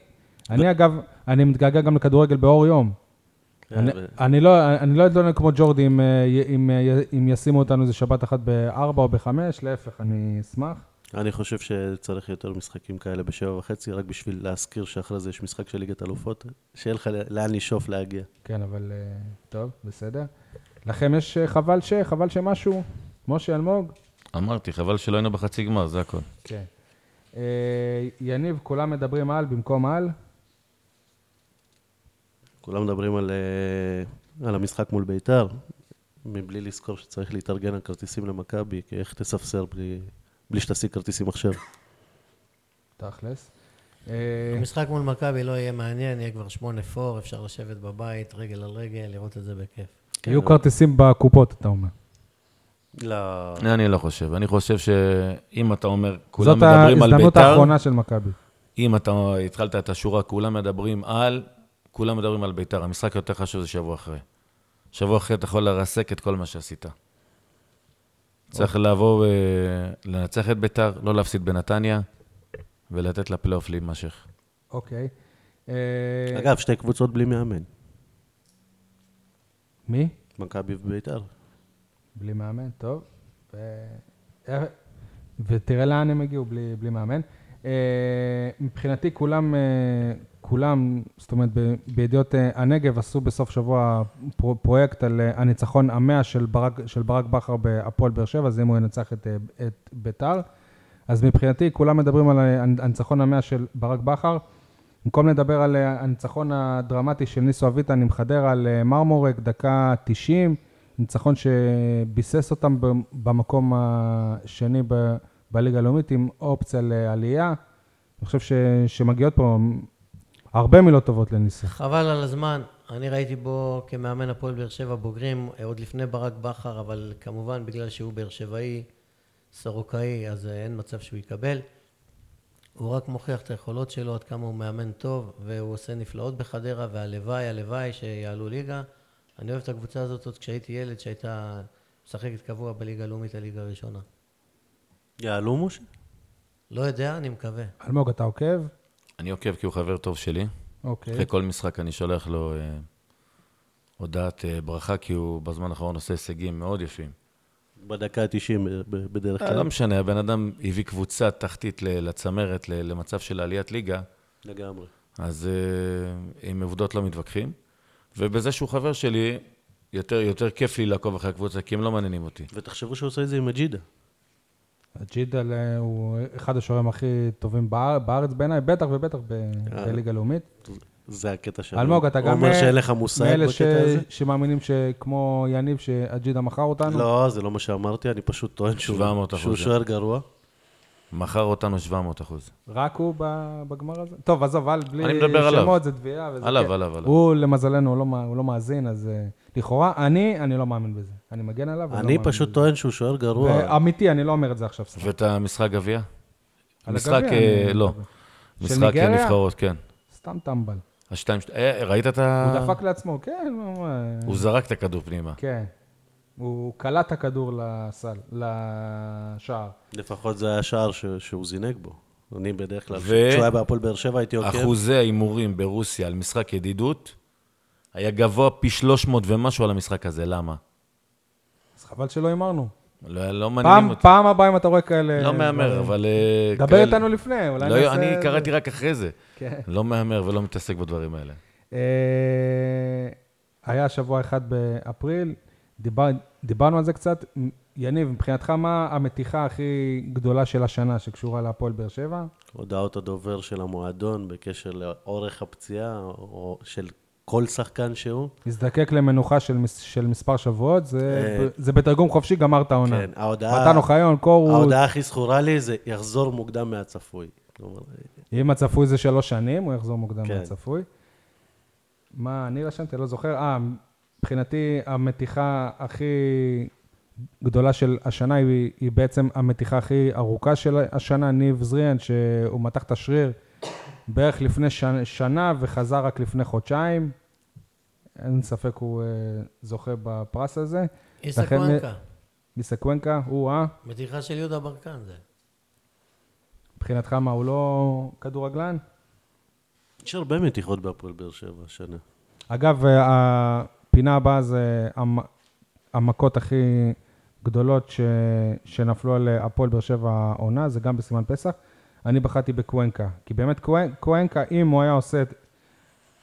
Speaker 1: אני אגב, אני מתגעגע גם לכדורגל באור יום.
Speaker 3: כן,
Speaker 1: אני-
Speaker 4: ו-
Speaker 1: אני לא אני לא אתלונן כמו ג'ורדי אם, אה, י- אם, אה, י- אם ישימו אותנו איזה שבת אחת בארבע או בחמש, להפך, אני אשמח.
Speaker 4: אני חושב שצריך יותר משחקים כאלה בשבע וחצי, רק בשביל להזכיר שאחרי זה יש משחק של ליגת אלופות, שיהיה לך לאן לשאוף להגיע.
Speaker 1: כן, אבל אה, טוב, בסדר. לכם יש אה, חבל ש... חבל שמשהו? משה אלמוג?
Speaker 3: אמרתי, חבל שלא היינו בחצי גמר, זה הכול.
Speaker 1: כן. אה, יניב, כולם מדברים על במקום על?
Speaker 4: כולם מדברים על, אה, על המשחק מול ביתר, מבלי לזכור שצריך להתארגן על כרטיסים למכבי, כי איך תספסר בלי, בלי שתשיג כרטיסים עכשיו?
Speaker 1: תכלס. אה,
Speaker 2: המשחק מול מכבי לא יהיה מעניין, יהיה כבר שמונה פור, אפשר לשבת בבית, רגל על רגל, לראות את זה בכיף.
Speaker 1: יהיו כרטיסים בקופות, אתה אומר.
Speaker 4: לא,
Speaker 3: אני לא חושב. אני חושב שאם אתה אומר, כולם
Speaker 1: אה. זאת
Speaker 3: מדברים על
Speaker 1: ההזדמנות
Speaker 3: ביתר,
Speaker 1: האחרונה של מכבי.
Speaker 3: אם אתה התחלת את השורה, כולם מדברים על, כולם מדברים על ביתר. המשחק היותר חשוב זה שבוע אחרי. שבוע אחרי אתה יכול לרסק את כל מה שעשית. צריך לבוא ולנצח את ביתר, לא להפסיד בנתניה, ולתת לפלייאוף להימשך.
Speaker 1: אוקיי. אה,
Speaker 4: אגב, שתי קבוצות בלי מאמן,
Speaker 1: מי?
Speaker 4: מכבי וביתר.
Speaker 1: בלי מאמן, טוב. ו... אה, ותראה לאן הם הגיעו בלי, בלי מאמן. אה, מבחינתי כולם, אה, כולם, זאת אומרת, ב- בידיעות אה, הנגב עשו בסוף שבוע פרו- פרויקט על אה, הניצחון המאה של ברק, של ברק בכר בהפועל באר שבע, זה אם הוא ינצח את, אה, את ביתר. אז מבחינתי כולם מדברים על אה, הניצחון המאה של ברק בכר. במקום לדבר על אה, הניצחון הדרמטי של ניסו אביטן עם חדרה על אה, מרמורק, דקה 90, ניצחון שביסס אותם במ- במקום השני ב- בליגה הלאומית עם אופציה לעלייה. אני חושב ש, שמגיעות פה הרבה מילות טובות לניסו.
Speaker 2: חבל על הזמן, אני ראיתי בו כמאמן הפועל באר שבע בוגרים, אה, עוד לפני ברק בכר, אבל כמובן בגלל שהוא באר שבעי, סורוקאי, אז אה, אין מצב שהוא יקבל. הוא רק מוכיח את היכולות שלו, עד כמה הוא מאמן טוב, והוא עושה נפלאות בחדרה, והלוואי, הלוואי שיעלו ליגה. אני אוהב את הקבוצה הזאת עוד כשהייתי ילד, שהייתה משחקת קבוע בליגה הלאומית, הליגה הראשונה.
Speaker 4: יעלו משה?
Speaker 2: לא יודע, אני מקווה.
Speaker 1: אלמוג, אתה עוקב?
Speaker 3: אני עוקב כי הוא חבר טוב שלי.
Speaker 1: אוקיי.
Speaker 3: אחרי כל משחק אני שולח לו אה, הודעת אה, ברכה, כי הוא בזמן האחרון עושה הישגים מאוד יפים.
Speaker 4: בדקה ה-90 בדרך
Speaker 3: אה, לא
Speaker 4: כלל.
Speaker 3: משנה, הבן אדם הביא קבוצה תחתית ל- לצמרת, ל- למצב של עליית ליגה,
Speaker 4: לגמרי.
Speaker 3: אז אה, עם עובדות לא מתווכחים. ובזה שהוא חבר שלי, יותר, יותר כיף לי לעקוב אחרי הקבוצה, כי הם לא מעניינים אותי.
Speaker 4: ותחשבו שהוא עושה את זה עם מג'ידה.
Speaker 1: ג'ידל אה, הוא אחד השוערים הכי טובים באר- בארץ בעיניי, בטח ובטח ב- בליגה הלאומית.
Speaker 4: זה הקטע שלנו.
Speaker 1: אלמוג, אתה גם
Speaker 4: אומר
Speaker 1: אה,
Speaker 4: שאין לך מושג
Speaker 1: מאלה ש-
Speaker 4: בקטע הזה?
Speaker 1: שמאמינים שכמו יניב, שאג'ידה מכר אותנו?
Speaker 4: לא, זה לא מה שאמרתי, אני פשוט טוען שהוא
Speaker 3: 700%.
Speaker 4: שהוא שוער גרוע.
Speaker 3: מכר אותנו 700 אחוז.
Speaker 1: רק הוא ב- בגמר הזה? טוב, עזוב, אל בלי
Speaker 3: אני מדבר עליו.
Speaker 1: שמות, זה תביעה. וזה
Speaker 3: עליו,
Speaker 1: כן.
Speaker 3: עליו, עליו.
Speaker 1: הוא, למזלנו, הוא לא מא- הוא לא מאזין, אז אה, לכאורה, אני, אני לא מאמין בזה. אני מגן עליו. ולא
Speaker 4: אני
Speaker 1: מאמין
Speaker 4: פשוט
Speaker 1: בזה.
Speaker 4: טוען שהוא שוער גרוע.
Speaker 1: אה, אמיתי, אני לא אומר את זה עכשיו. סתם.
Speaker 3: ואת המשחק גביע?
Speaker 1: על
Speaker 3: משחק,
Speaker 1: הגביע
Speaker 3: אה,
Speaker 1: אני
Speaker 3: לא.
Speaker 1: מדבר. של
Speaker 3: משחק
Speaker 1: ניגריה?
Speaker 3: נבחרות, כן.
Speaker 1: סתם טמבל.
Speaker 3: השתיים, שת- אה, ראית את ה...
Speaker 1: הוא דפק לעצמו, כן, הוא... אה,
Speaker 3: הוא זרק את הכדור פנימה.
Speaker 1: כן. הוא קלע את הכדור לסל, לשער.
Speaker 4: לפחות זה היה שער ש- שהוא זינק בו. אני בדרך כלל,
Speaker 3: ו-
Speaker 4: כשהוא היה בהפועל באר שבע הייתי עוקב.
Speaker 3: אחוזי ההימורים ברוסיה על משחק ידידות היה גבוה פי 300 ומשהו על המשחק הזה, למה?
Speaker 1: אז חבל שלא הימרנו.
Speaker 3: לא, לא מעניינים
Speaker 1: פעם,
Speaker 3: אותי.
Speaker 1: פעם הבאה אם אתה רואה כאלה...
Speaker 3: לא מהמר, אבל... אה,
Speaker 1: דבר
Speaker 3: כאלה-
Speaker 1: איתנו לפני, אולי
Speaker 3: לא,
Speaker 1: נעשה...
Speaker 3: אני קראתי רק אחרי זה.
Speaker 1: כן.
Speaker 3: לא מהמר ולא מתעסק בדברים האלה.
Speaker 1: אה, היה שבוע אחד באפריל, דיבר, דיברנו על זה קצת. יניב, מבחינתך, מה המתיחה הכי גדולה של השנה שקשורה להפועל באר שבע?
Speaker 4: הודעות הדובר של המועדון בקשר לאורך הפציעה, או של כל שחקן שהוא.
Speaker 1: הזדקק למנוחה של, מס- של מספר שבועות, זה,
Speaker 4: אה,
Speaker 1: זה בתרגום חופשי, גמר את העונה.
Speaker 4: כן, ההודעה...
Speaker 1: נכון. מתן אוחיון, קורות,
Speaker 4: ההודעה הכי זכורה לי זה יחזור מוקדם מהצפוי. כלומר,
Speaker 1: אם הצפוי זה שלוש שנים, הוא יחזור מוקדם
Speaker 4: כן.
Speaker 1: מהצפוי. לא מה אני רשמתי? לא זוכר. אה, מבחינתי המתיחה הכי גדולה של השנה, היא, היא בעצם המתיחה הכי ארוכה של השנה, ניב זריאן, שהוא מתח את השריר בערך לפני ש, שנה וחזר רק לפני חודשיים. אין ספק הוא אה, זוכה בפרס הזה.
Speaker 2: איסה
Speaker 1: לכן, אה,
Speaker 2: קוונקה,
Speaker 1: מיסקוונקה, הוא אה,
Speaker 2: מתיחה של יהודה ברקן זה.
Speaker 1: מבחינתך מה, הוא לא כדורגלן?
Speaker 4: יש הרבה מתיחות בהפועל באר שבע השנה.
Speaker 1: אגב, אה, הפינה הבאה זה המ- המכות הכי גדולות ש... שנפלו על אה, הפועל באר שבע העונה, זה גם בסימן פסח. אני בחרתי בקוונקה, כי באמת קוונ- קוונקה, אם הוא היה עושה את-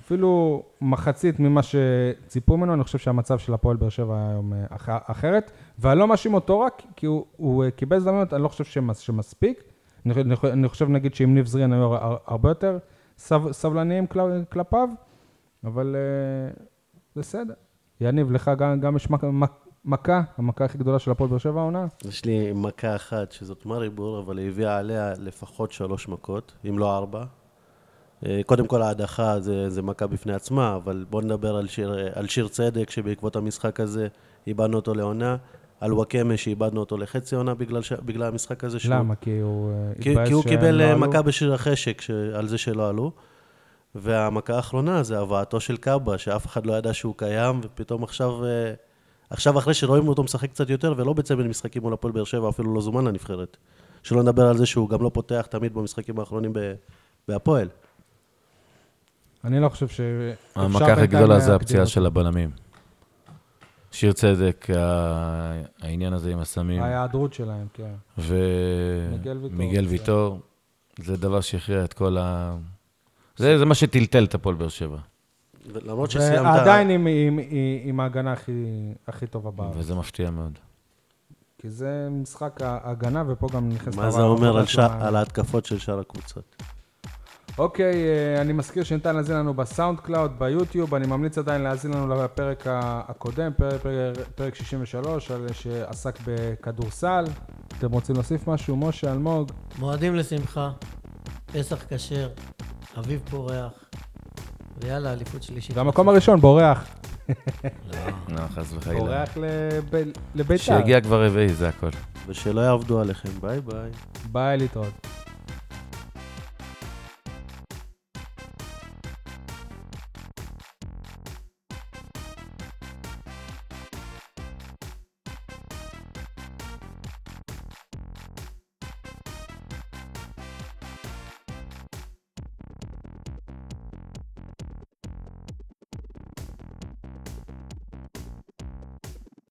Speaker 1: אפילו מחצית ממה שציפו ממנו, אני חושב שהמצב של הפועל באר שבע היה היום אה, אח... אחרת. ואני לא מאשים אותו רק, כי הוא, הוא אה, קיבל הזדמנות, אני לא חושב שמס... שמספיק. אני, חו- אני, חו- אני חושב, נגיד, שאם ניב זרין היו הר- הר- הרבה יותר סב... סבלניים כל... כלפיו, אבל אה, בסדר. יניב, לך גם, גם יש מכה, מק- מכה, המכה הכי גדולה של הפועל באר שבע העונה.
Speaker 4: יש לי מכה אחת, שזאת מארי בור, אבל היא הביאה עליה לפחות שלוש מכות, אם לא ארבע. אה, קודם כל ההדחה זה, זה מכה בפני עצמה, אבל בואו נדבר על שיר, אה, על שיר צדק, שבעקבות המשחק הזה איבדנו אותו לעונה, על וואקמה שאיבדנו אותו לחצי עונה בגלל, ש... בגלל המשחק הזה. שהוא-
Speaker 1: למה? כי הוא אה,
Speaker 4: כי, כי הוא
Speaker 1: שהם
Speaker 4: קיבל
Speaker 1: לא
Speaker 4: אה,
Speaker 1: עלו.
Speaker 4: מכה בשיר החשק ש... על זה שלא עלו. והמכה האחרונה זה הבאתו של קאבה, שאף אחד לא ידע שהוא קיים, ופתאום עכשיו, אה, עכשיו אחרי שרואים אותו משחק קצת יותר, ולא בצמד משחקים מול הפועל באר שבע, אפילו לא זומן לנבחרת. שלא נדבר על זה שהוא גם לא פותח תמיד במשחקים האחרונים ב- בהפועל.
Speaker 1: אני לא חושב ש...
Speaker 3: המכה הכי
Speaker 1: בינתיים
Speaker 3: גדולה זה
Speaker 1: להקדים
Speaker 3: הפציעה
Speaker 1: אותו.
Speaker 3: של הבלמים. שיר צדק, ה- העניין הזה עם הסמים,
Speaker 1: ההיעדרות שלהם, כן. מיגל ויטור. כן.
Speaker 3: ומיגל ויטור, זה דבר שהכריע את כל ה... זה זה מה שטלטל את הפועל באר שבע,
Speaker 4: למרות שסיימת...
Speaker 1: ועדיין עם, עם, עם, עם ההגנה הכי, הכי טובה בארץ.
Speaker 3: וזה מפתיע מאוד.
Speaker 1: כי זה משחק ההגנה, ופה גם נכנס... לא
Speaker 4: אה, מה
Speaker 1: דבר
Speaker 4: זה אומר על,
Speaker 1: החדש
Speaker 4: ש...
Speaker 1: ל-
Speaker 4: על ההתקפות של שאר הקבוצות?
Speaker 1: אוקיי, אה, אני מזכיר שניתן להאזין לנו בסאונד קלאוד, ביוטיוב, אני ממליץ עדיין להאזין לנו לפרק ה- הקודם, פרק, פרק, פרק 63, על- שעסק בכדורסל. אתם רוצים להוסיף משהו? משה, אלמוג,
Speaker 2: מועדים לשמחה, פסח כשר, אביב פורח, ויאללה, אליפות שלישית.
Speaker 1: והמקום הראשון, בורח.
Speaker 3: לא, חס וחלילה.
Speaker 1: בורח לב- לביתר.
Speaker 3: שיגיע כבר רביעי, זה הכל.
Speaker 4: ושלא יעבדו עליכם, ביי ביי.
Speaker 1: ביי, להתראות.